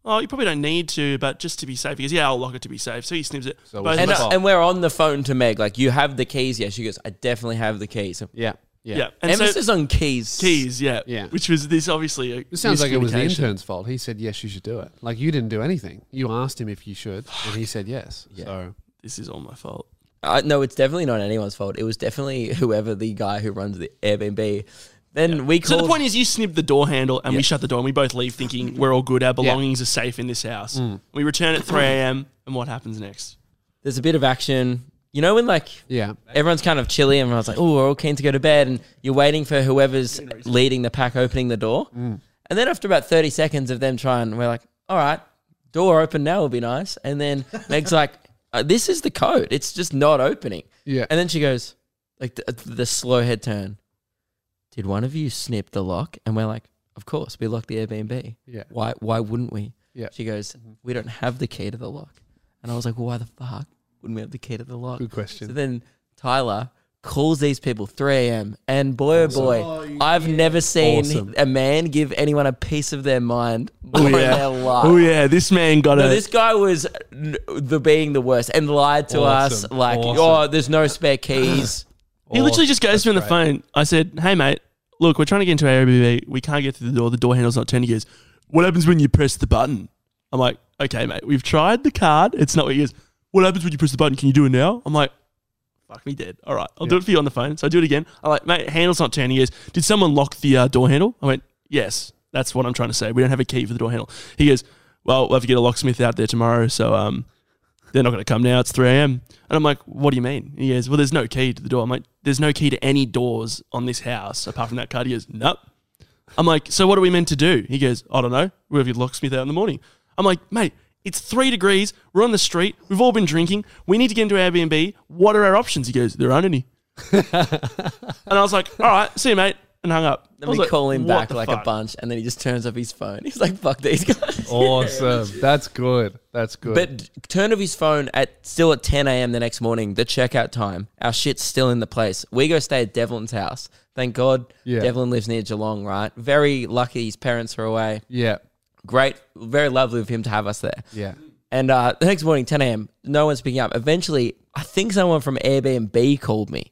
Oh, you probably don't need to, but just to be safe. He goes, Yeah, I'll lock it to be safe. So he snips it.
So it
Both
was
of
And,
us-
That's all.
uh, and we're on the phone to Meg, like, you have the keys. Yeah, she goes, I definitely have the keys.
Yeah. Yeah.
yeah. And so-
Emphasis on keys.
keys, yeah.
Yeah.
Which was this obviously a
This sounds like it was the
miscommunication.
intern's fault. He said yes, you should do it. Like you didn't do anything. You asked him if you should, and he said yes. So
This is all my fault.
Uh, no, it's definitely not anyone's fault. It was definitely whoever the guy who runs the Airbnb. Then we
So
called.
the point is you snibbed the door handle and we shut the door and we both leave thinking we're all good, our belongings are safe in this house.
Mm.
We return at three AM and what happens next?
there's a bit of action. You know, when like
yeah,
everyone's kind of chilly and everyone's like, oh, we're all keen to go to bed. And you're waiting for whoever's leading the pack opening the door. And then after about 30 seconds of them trying, we're like, all right, door open now will be nice. And then Meg's *laughs* like, uh, this is the code. It's just not opening.
Yeah.
And then she goes, like the, the slow head turn. Did one of you snip the lock? And we're like, of course, we locked the Airbnb.
Yeah.
Why, why wouldn't we?
Yeah.
She goes, we don't have the key to the lock. And I was like, well, why the fuck wouldn't we have the key to the lock?
Good question.
So then Tyler calls these people 3 a.m. And boy, oh boy, I've never seen
Awesome. Oh,
a man give anyone a piece of their mind more in
Oh, yeah.
their life.
Oh yeah, this man got
No,
a.
this guy was n- the being the worst and lied to us
Awesome.
like,
Awesome.
oh, there's no spare keys.
he literally just goes to me on the phone. I said, "Hey mate, look, we're trying to get into Airbnb. We can't get through the door. The door handle's not turning." He goes, "What happens when you press the button?" I'm like, "Okay, mate, we've tried the card. It's not what he is. What happens when you press the button? Can you do it now?" I'm like. Fuck me dead. All right, I'll do it for you on the phone. So I do it again. I'm like, mate, handle's not turning. He goes, did someone lock the uh, door handle? I went, yes. That's what I'm trying to say. We don't have a key for the door handle. He goes, well, we'll have to get a locksmith out there tomorrow. So um, they're not going to come now. It's 3 a.m. And I'm like, what do you mean? And he goes, well, there's no key to the door. I'm like, there's no key to any doors on this house apart from that card. He goes, nope. I'm like, so what are we meant to do? He goes, I don't know. We'll have your locksmith out in the morning. I'm like, mate, it's three degrees. We're on the street. We've all been drinking. We need to get into Airbnb. What are our options? He goes, there aren't
*laughs*
any. and I was like, all right, see you, mate. And hung up. I
Then
was
we
like,
call him
what
back
the
like a
fuck?
bunch, and then he just turns off his phone. *laughs* He's like, fuck these guys.
*laughs* Awesome. That's good. That's good.
But d- turn of his phone at still at 10 a.m. the next morning, the checkout time. Our shit's still in the place. We go stay at Devlin's house. Thank God
Yeah.
Devlin lives near Geelong, right? Very lucky his parents are away.
yeah.
Great, very lovely of him to have us there.
Yeah.
And uh, the next morning, 10 a.m., no one's picking up. Eventually, I think someone from Airbnb called me.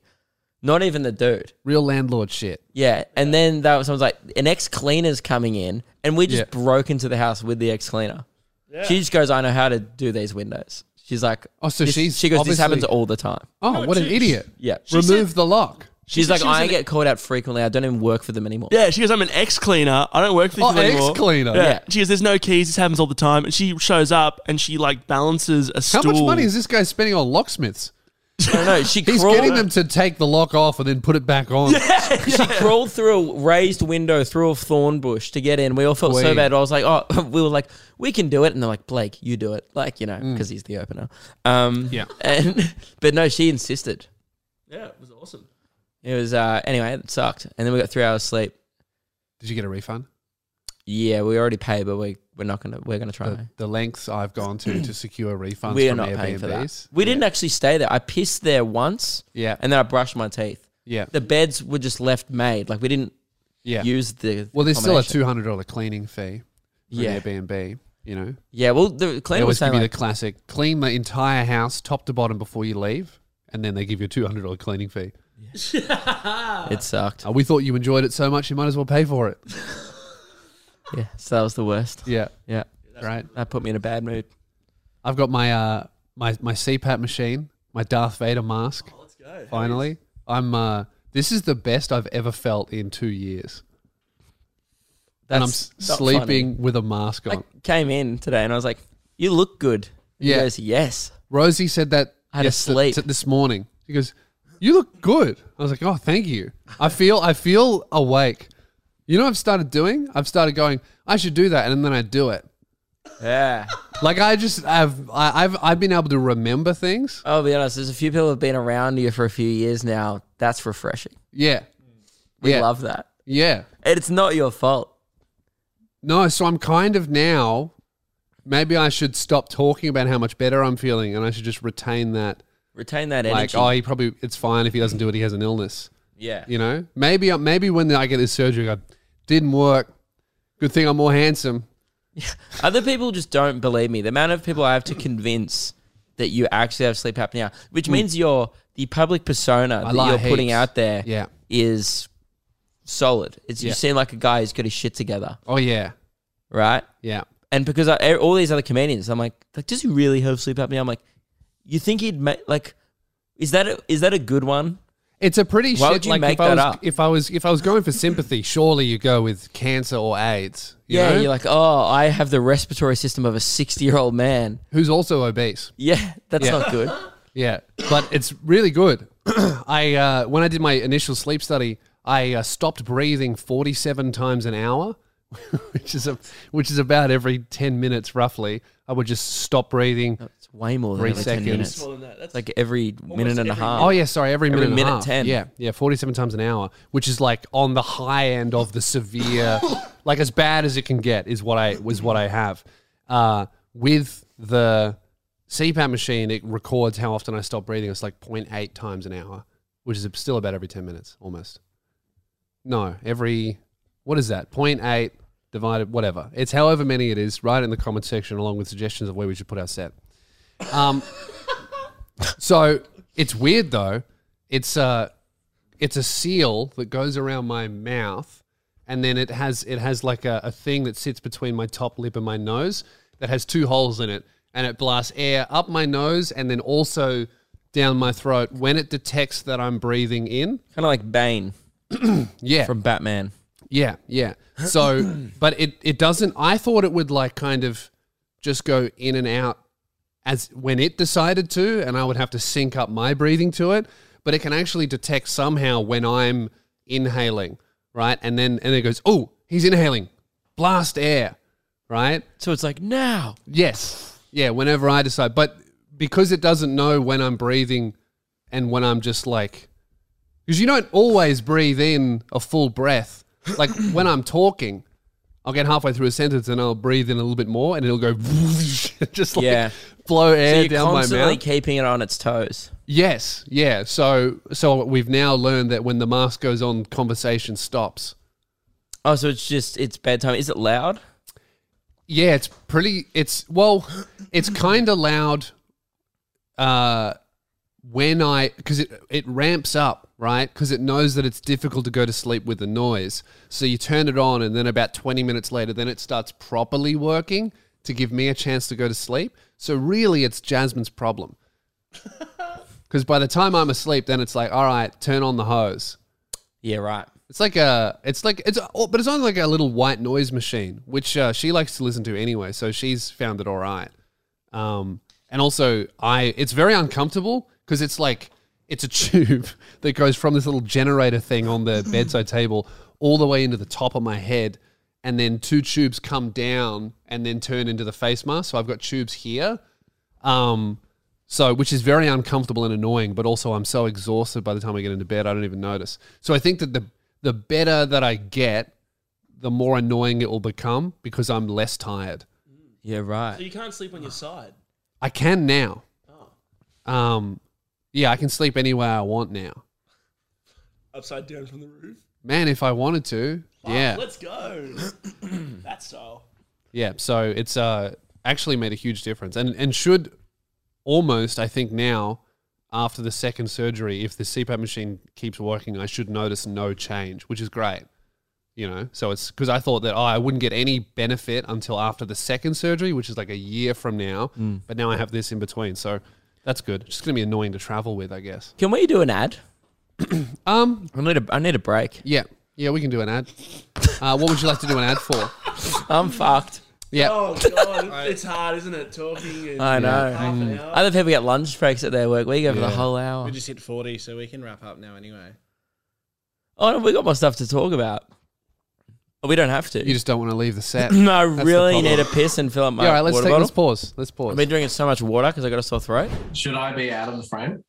Not even the dude.
Real landlord shit.
Yeah. And then that was, someone's like, an ex cleaner's coming in. And we just
Yeah.
broke into the house with the ex cleaner. She just goes, I know how to do these windows. She's like,
Oh, so
this-
she's
she goes, this
obviously-
happens all the time.
Oh, what an
she-
idiot.
Yeah.
Remove the lock.
she's
said
like,
she was
I
an-
get called out frequently. I don't even work for them anymore.
Yeah, she goes, I'm an ex cleaner. I don't work for these
Oh,
people anymore.
ex-cleaner.
Yeah.
Yeah.
She goes, there's no keys. This happens all the time. And she shows up and she like balances a
How
stool.
much money is this guy spending on locksmiths?
*laughs* I don't know. She
He's
crawled,
getting them to take the lock off and then put it back on.
she crawled through a raised window through a thorn bush to get in. We all felt so
Wait.
bad. I was like, oh, *laughs* we were like, we can do it. And they're like, Blake, you do it. Like, you know,
Mm.
because he's the opener. Um,
Yeah.
And, *laughs* but no, she insisted.
Yeah, it was awesome.
It was, uh, anyway, it sucked. And then we got three hours sleep.
Did you get a refund?
Yeah, we already paid, but we, we're not going to, we're going to try.
The, the lengths I've gone to to secure refunds
we are
from
not
Airbnbs.
paying for that. We didn't actually stay there. I pissed there once
Yeah.
and then I brushed my teeth.
yeah.
The beds were just left made. Like we didn't
yeah.
use the.
well, there's still a
accommodation.
two hundred dollar cleaning fee. For
Yeah.
an Airbnb. You know,
Yeah, well, the
they
cleaner was
always give
saying
you
like,
the classic: clean the entire house, top to bottom, before you leave, and then they give you a two hundred dollar cleaning fee.
it sucked.
Uh, we thought you enjoyed it so much, you might as well pay for
*laughs*
it.
Yeah, so that was the worst.
Yeah,
Yeah,
right.
that put me in a bad mood.
I've got my uh my my CPAP machine, my Darth Vader mask.
Oh,
let's go. Finally, I'm uh this is the best I've ever felt in two years, and I'm s-
not
sleeping with a mask on.
funny. I came in today and I was like, "You look good." He
Yeah.
goes, "Yes."
Rosie said that
I had to
yester-
sleep.
t- this morning. She goes, "You look good." I was like, "Oh, thank you. I feel I feel awake." You know, what I've started doing. I've started going. I should do that, and then I do it.
Yeah.
Like I just have. I, I've I've been able to remember things.
I'll be honest. There's a few people who've been around you for a few years now. That's refreshing.
Yeah,
We
Yeah.
love that.
yeah.
And it's not your fault.
No, so I'm kind of now. Maybe I should stop talking about how much better I'm feeling, and I should just retain that.
Retain that energy.
Like, oh, he probably it's fine if he doesn't do it. He has an illness.
yeah.
You know, maybe uh, maybe when I get this surgery, I didn't work. Good thing I'm more handsome.
Other people just don't believe me. The amount of people I
*clears throat*
have to convince that you actually have sleep apnea, which means your the public persona that
Mm. lie
you're putting
heaps.
out there is
Yeah.
solid. It's you seem like a guy who's got his shit together,
Oh yeah,
right?
yeah,
And because I, all these other comedians, I'm like, like, does he really have sleep apnea? I'm like, you think he'd make like, is that a, is that a good one?
it's a pretty.
Why
shit,
would you
like,
make
if I
that
was,
up?
If I was if I was going for sympathy, surely you go with cancer or AIDS. You
yeah,
know?
you're like, oh, I have the respiratory system of a 60 year old man. *laughs*
who's also obese.
Yeah, that's not good.
Yeah, but it's really good. *clears throat* I uh, when I did my initial sleep study, I uh, stopped breathing forty-seven times an hour, *laughs* which is a, which is about every ten minutes roughly. I would just stop breathing.
It's way more than
Three
every 10
seconds.
minutes. It's like every minute and a half.
Oh yeah, sorry, every minute,
Every
and a
minute
half.
10.
Yeah, yeah, forty-seven times an hour, which is like on the high end of
*laughs*
the severe, like as bad as it can get is what I was what I have. Uh, with the CPAP machine, it records how often I stop breathing. It's like 0.8 times an hour,
which is still about every 10 minutes almost. No, every, what is that? 0.8 divided, whatever. It's however many it is, right in the comment section, along with suggestions of where we should put our set. Um, *laughs* so it's weird though. It's a, it's a seal that goes around my mouth and then it has it has like a, a thing that sits between my top lip and my nose that has two holes in it and it blasts air up my nose and then also down my throat when it detects that I'm breathing in.
Kind of like Bane
Yeah.
from Batman.
Yeah, yeah. So, but it it doesn't. I thought it would like kind of just go in and out as when it decided to, and I would have to sync up my breathing to it. But it can actually detect somehow when I'm inhaling, right? And then and it goes, oh, he's inhaling, blast air, right?
So it's like now.
Yes. Yeah, whenever I decide. But because it doesn't know when I'm breathing and when I'm just like, because you don't always breathe in a full breath. Like *coughs* when I'm talking, I'll get halfway through a sentence and I'll breathe in a little bit more and it'll go *laughs* just like
Yeah.
blow air
You're
down my
constantly
mouth.
keeping it on its toes.
Yes, yeah. So so we've now learned that when the mask goes on, conversation stops.
Oh, so it's just it's bedtime. Is it loud?
Yeah, it's pretty. It's well, it's kind of loud. Uh, when I because it it ramps up right because it knows that it's difficult to go to sleep with the noise. So you turn it on, and then about twenty minutes later, then it starts properly working to give me a chance to go to sleep. So really, it's Jasmine's problem. Because by the time I'm asleep, then it's like, all right, turn on the hose.
Yeah, right.
It's like a, it's like it's, a, oh, but it's on like a little white noise machine, which uh, she likes to listen to anyway. So she's found it all right. Um, and also, I, it's very uncomfortable because it's like it's a *laughs* tube that goes from this little generator thing on the bedside table all the way into the top of my head, and then two tubes come down and then turn into the face mask. So I've got tubes here, um, so, which is very uncomfortable and annoying, but also I'm so exhausted by the time I get into bed, I don't even notice. So I think that the the better that I get, the more annoying it will become because I'm less tired.
Yeah, right.
you can't sleep on your side.
I can now. Um, yeah, I can sleep any way I want now.
Upside down from the roof.
Man, if I wanted to, yeah,
*clears throat*
Let's go. that style.
yeah. So it's uh actually made a huge difference, and and should almost I think now after the second surgery, if the CPAP machine keeps working, I should notice no change, which is great. You know, so it's because I thought that oh, I wouldn't get any benefit until after the second surgery, which is like a year from now.
Mm.
But now I have this in between, so that's good. It's just gonna be annoying to travel with, I guess.
Can we do an ad?
*coughs* Um,
I need a I need a break.
Yeah, yeah, we can do an ad. Uh, what would you like to do an ad for?
I'm fucked.
Yeah,
Oh
*laughs*
god, it's hard, isn't it? Talking and
I know.
half an hour.
Other people get lunch breaks at their work. We go for the whole hour.
We just hit 40, so we can wrap up now anyway.
Oh, no, we got more stuff to talk about. But we don't have to.
you just don't want to leave
*coughs*
the
*laughs*
set.
no, I
the
really
problem.
need a piss and fill up my
yeah, all right. Let's
water
take.
bottle.
Let's pause. Let's pause.
I've been drinking so much water because I got a sore throat.
Should I be out of the frame?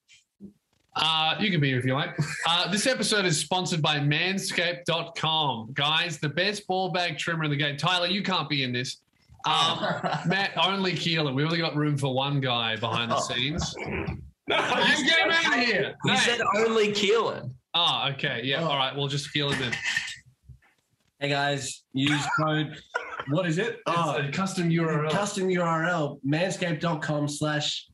Uh, you can be here if you like. Uh, this episode is sponsored by manscaped.com. Guys, the best ball bag trimmer in the game. Tyler, you can't be in this. *laughs* Um, Matt, only Keelan. We only got room for one guy behind the *laughs* scenes. you get him out of here.
You
Hey.
said only Keelan.
Oh, okay. Yeah. All right. We'll just Keelan then.
Hey guys, use code. what is it? Oh,
It's a custom URL.
custom URL manscaped.com slash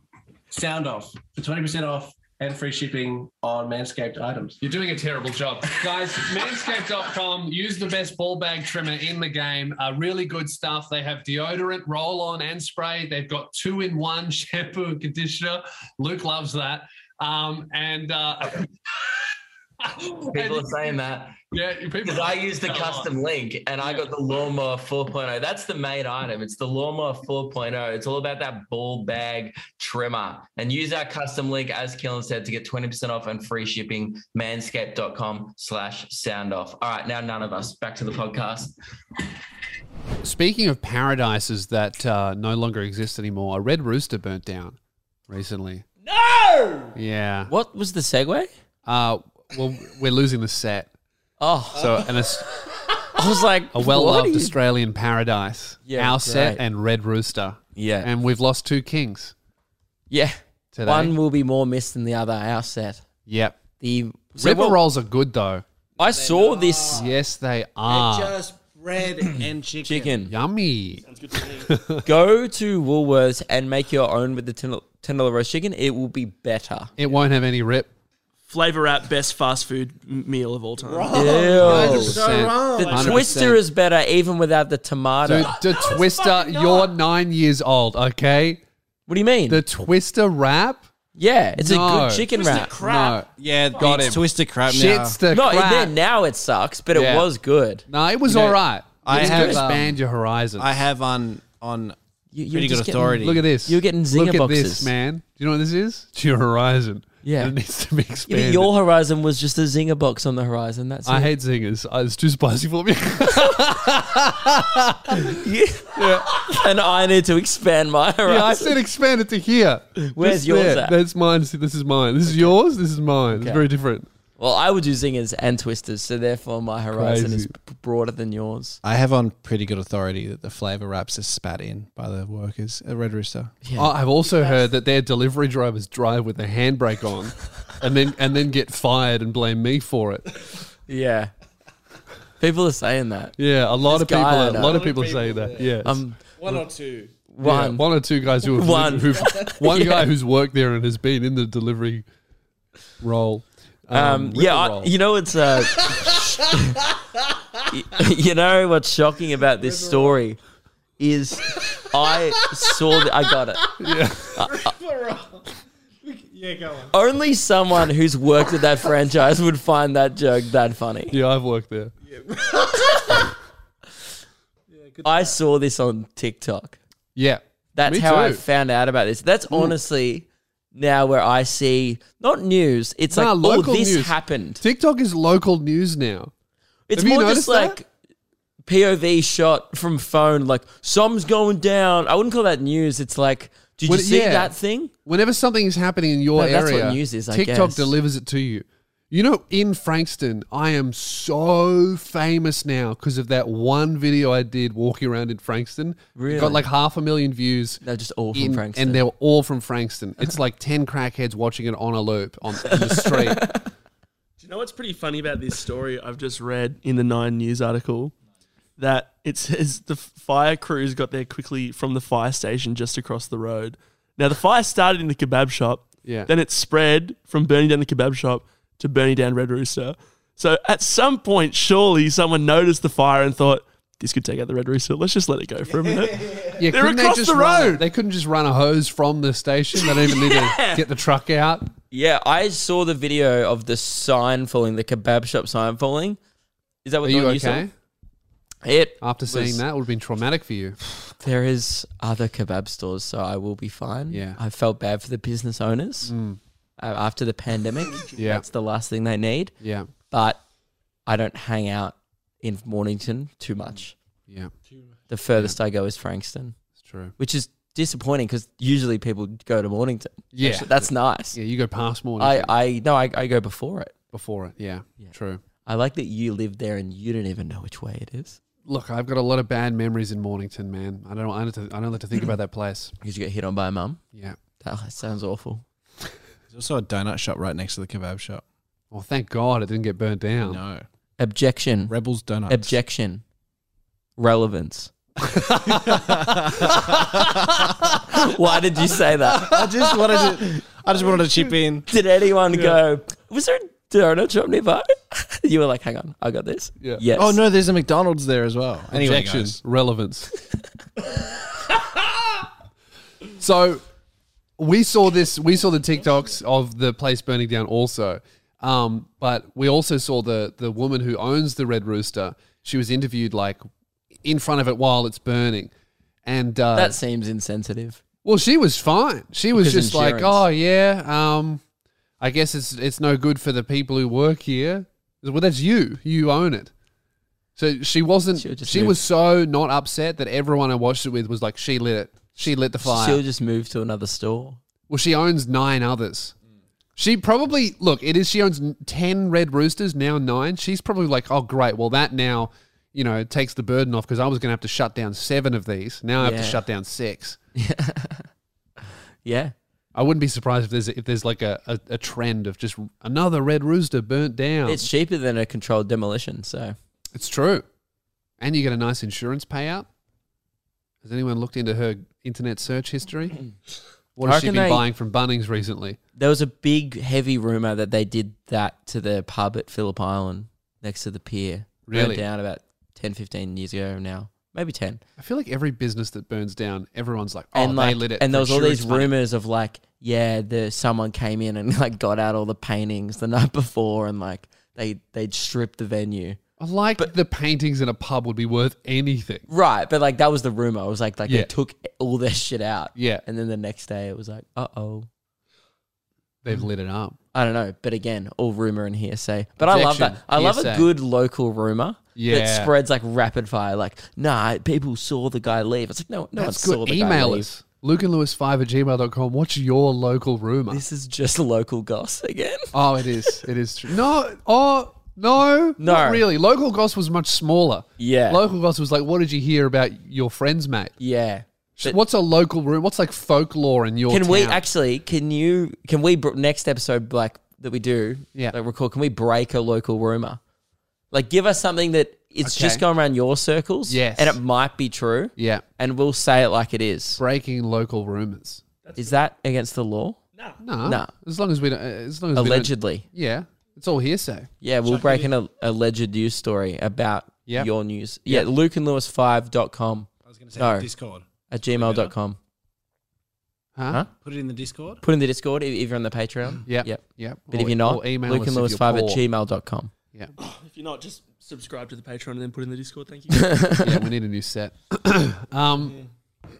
sound off for 20% off and free shipping on manscaped items.
You're doing a terrible job. Guys, *laughs* manscaped.com, use the best ball bag trimmer in the game. Uh, really good stuff. They have deodorant, roll on, and spray. They've got two in one *laughs* shampoo and conditioner. Luke loves that. Um, and uh, *laughs*
People are saying that
yeah, people.
because I used the custom link and I got the lawnmower 4.0. That's the main item. It's the lawnmower 4.0. It's all about that ball bag trimmer. And use our custom link, as Killen said, to get 20% off and free shipping, manscaped.com slash sound off. All right, now none of us. Back to the podcast.
Speaking of paradises that uh, no longer exist anymore, a red rooster burnt down recently. No. Yeah.
What was the segue?
Uh, well, we're losing the set.
Oh,
So, and it's
I was like,
a well-loved
what are you-
Australian paradise.
Yeah,
our set
great.
and red rooster,
Yeah,
and we've lost two kings
yeah.
today.
One will be more missed than the other. Our set.
Yep.
The so
Ripper
what-
rolls are good though.
I saw this
Yes, they
They're
are.
just bread and chicken.
chicken.
Yummy.
Sounds good to me.
Go to Woolworths and make your own with the ten dollar roast chicken. It will be better.
It won't have any rip.
Flavor app best fast food m- meal of all time.
Oh,
Ew.
You're so wrong.
Oh, The twister is better even without the tomato.
The, the Twister, you're nine years old, okay?
what do you mean?
The Twister wrap?
yeah, it's a
No.
good chicken
Twister
wrap.
crap.
Yeah, got
him.
it's twisted crap
No.
now.
Shit's the
No, it-
crap.
then now it sucks, but
Yeah.
it was good.
no, it was all right.
I
Let's
have,
um,
expand your horizon.
I have on on
You, you're
pretty good
just getting-
authority.
Look at this.
You're getting Zinger
Look at
boxes.
this, man. Do you know what this is? To your horizon.
Yeah.
And it needs to be
Yeah, but
expanded.
your horizon was just a zinger box on the horizon. That's *laughs*
I
it.
hate zingers. Uh, It's too
*laughs*
spicy for me.
and I need to expand my horizon.
Yeah, I said expand it to here.
Where's
Just
yours
there.
at?
That's mine. See, This is mine. This is yours. This is mine. It's
Okay.
very different.
well, I would do zingers and twisters, so therefore my horizon is
Crazy.
b- broader than yours.
I have on pretty good authority that the flavor wraps are spat in by the workers at Red Rooster.
Yeah.
I- I've also heard that their delivery drivers drive with their handbrake on, and then and then get fired and blame me for it.
Yeah. People are saying that.
Yeah, a lot
This
of people.
guy I
Are, a
know.
lot of people say that. Yeah.
Um,
One or two.
one.
one or two guys who have
One.
who've, one guy who's worked there and has been in the delivery role.
Um,
river
yeah, I,
roll.
you know it's uh, *laughs* you know what's shocking about this story is I saw th- I got it. Uh,
Yeah, go on.
Only someone who's worked at that franchise would find that joke that funny.
yeah, I've worked there.
I saw this on TikTok.
Yeah,
That's
Me
how I
too. Hmm.
found out about this. That's honestly now where I see not news. It's
Nah,
like oh,
local
this
news.
happened.
TikTok is local news now.
It's
Have you
more just
noticed
like
that?
POV shot from phone, like something's going down. I wouldn't call that news. It's like, did
Well,
you see
yeah.
that thing?
Whenever something is happening in your
No,
area,
that's what news is, I
TikTok
guess.
delivers it to you. You know, in Frankston, I am so famous now because of that one video I did walking around in Frankston.
Really?
Got like half a million views.
They're just all from
in-
Frankston.
And they're all from Frankston. It's like *laughs* 10 crackheads watching it on a loop on, in
*laughs*
the street.
Do you know what's pretty funny about this story I've just read in the Nine News article? That it says the f- fire crews got there quickly from the fire station just across the road. Now, the fire started in the kebab shop.
Yeah.
Then it spread from burning down the kebab shop to burning down Red Rooster. So at some point, surely someone noticed the fire and thought, this could take out the Red Rooster. Let's just let it go for a minute.
Yeah,
They're
couldn't
across
they just
the
run a-
road.
they couldn't just run a hose from the station. They don't even
*laughs*
need to get the truck out.
Yeah, I saw the video of the sign falling, the kebab shop sign falling. Is that what
Are
the
you
one
okay? Uh,
saw? It
After seeing
was-
that, would have been traumatic for you.
There is other kebab stores, so I will be fine.
Yeah. Mm.
I felt bad for the business owners uh, after the pandemic.
Yeah.
That's the last thing they need.
Yeah.
But I don't hang out in Mornington too much.
Yeah.
The furthest I go is Frankston,
It's true.
which is disappointing because usually people go to Mornington.
Yeah.
Actually, that's nice.
Yeah, you go past more
I, I no, I, I go before it.
before it. Yeah, True.
I like that you live there and you don't even know which way it is
Look, I've got a lot of bad memories in Mornington, man. I don't I don't, I don't like to think about that place.
because you get hit on by a mum.
Yeah.
That sounds awful.
There's also a donut shop right next to the kebab shop.
Well, Oh, thank God it didn't get burnt down.
No.
Objection.
Rebels donuts.
Objection.
*laughs*
Relevance. *laughs* Why did you say that?
I just wanted to I just wanted to chip in.
Did anyone go, was there a donut shop nearby? you were like, hang on, I got this.
Yeah.
Yes.
Oh no, there's a McDonald's there as well. Anyway,
Objection,
guys.
relevance. *laughs* so we saw this. We saw the TikToks of the place burning down. Also, um, but we also saw the the woman who owns the Red Rooster. She was interviewed like in front of it while it's burning, and uh,
That seems insensitive.
Well, she was fine. She was
Because
just like,
insurance.
oh yeah, um, I guess it's it's no good for the people who work here. Well, that's you. You own it. So she wasn't.
She'll
She,
just
was
move.
so not upset that everyone I watched it with was like, she lit it. She lit the fire.
She'll just move to another store.
well, she owns nine others. She probably look. It is. She owns n- ten Red Roosters now. Nine. She's probably like, oh great. Well, that now, you know, takes the burden off because I was going to have to shut down seven of these. Now I have
Yeah.
to shut down six.
Yeah.
I wouldn't be surprised if there's if there's like a, a, a trend of just another red rooster burnt down.
It's cheaper than a controlled demolition, so
It's true. And you get a nice insurance payout. Has anyone looked into her internet search history?
*clears throat*
What
I
has she
reckon
been
they-
buying from Bunnings recently?
there was a big heavy rumor that they did that to the pub at Phillip Island next to the pier. Burned
Really?
down about 10, 15 years ago now, maybe ten.
I feel like every business that burns down, everyone's like, oh,
and like,
they lit it.
and there was
for
all these
insurance money.
rumors of like, yeah, the someone came in and *laughs* like got out all the paintings the night before, and like they they'd stripped the venue.
I like the paintings in a pub would be worth anything.
Right, but like that was the rumor. It was like like
Yeah.
they took all their shit out.
Yeah.
And then the next day it was like, uh oh.
They've lit it up.
I don't know, but again, all rumor and hearsay. But I love
Objection.
that. I love a
Hearsay.
good local rumor that
Yeah.
spreads like rapid fire. Like, nah, people saw the guy leave. It's like no, no
That's
one
good.
saw the guy
Email
leave.
us. Luke and Lewis 5 at gmail.com. What's your local rumor?
This is just local goss again.
Oh, it is. It is true. No. Oh, no.
No.
Not really. Local goss was much smaller.
Yeah.
Local goss was like, what did you hear about your friends, mate?
yeah. But-
What's a local room? What's like folklore in your
Can we
town?
actually? Can you? Can we br- next episode like that we do?
Yeah.
Like record. Can we break a local rumor? Like, give us something that it's
Okay.
just going around your circles.
Yes.
And it might be true.
Yeah.
And we'll say it like it is.
Breaking local rumors.
Is that against the law?
No.
Nah.
As long as we don't. uh, As long as we
Allegedly.
don't, Yeah. It's all hearsay.
Yeah, we'll break in a alleged news story about
Yep.
your news. Yeah, lukeandlewis5.com
I was going to say
No.
Discord.
at gmail.com.
Huh?
Huh?
Put it in the Discord.
Put in the Discord, e- either on the Patreon.
Yep.
Yep.
Yep.
But
Or-
if you're
or
not,
email us if
lukeandlewis5
you're
at
poor.
gmail.com.
Yeah.
If you're not, just subscribe to the Patreon and then put in the Discord. Thank you.
yeah, *laughs* we need a new set. *coughs* um,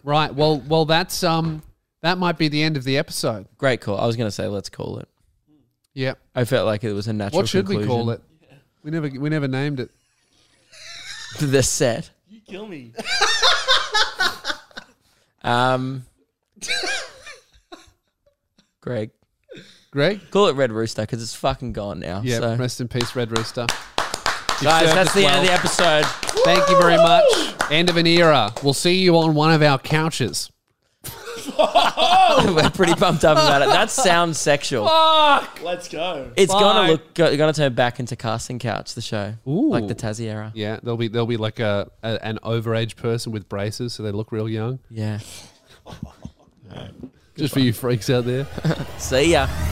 right. Well, well, that's um, that might be the end of the episode.
Great call. I was going to say, let's call it.
Yeah.
I felt like it was a natural
What should we
conclusion.
call it? We never we never named it.
The set.
you kill me.
Um, Greg.
Greg.
Call it Red Rooster because it's fucking gone now.
Yeah.
so.
Rest in peace, Red Rooster. You
Guys,
served
that's
us
the end
well.
of the episode.
Thank you very much. End of an era. We'll see you on one of our couches.
We're pretty pumped up about it. That sounds sexual.
Let's go.
It's gonna look go- gonna turn back into casting couch the show,
Ooh.
like the Tassie era. Yeah,
Yeah, there'll be there'll be like a, a an overage person with braces, so they look real young. Just for you freaks out there.
see ya.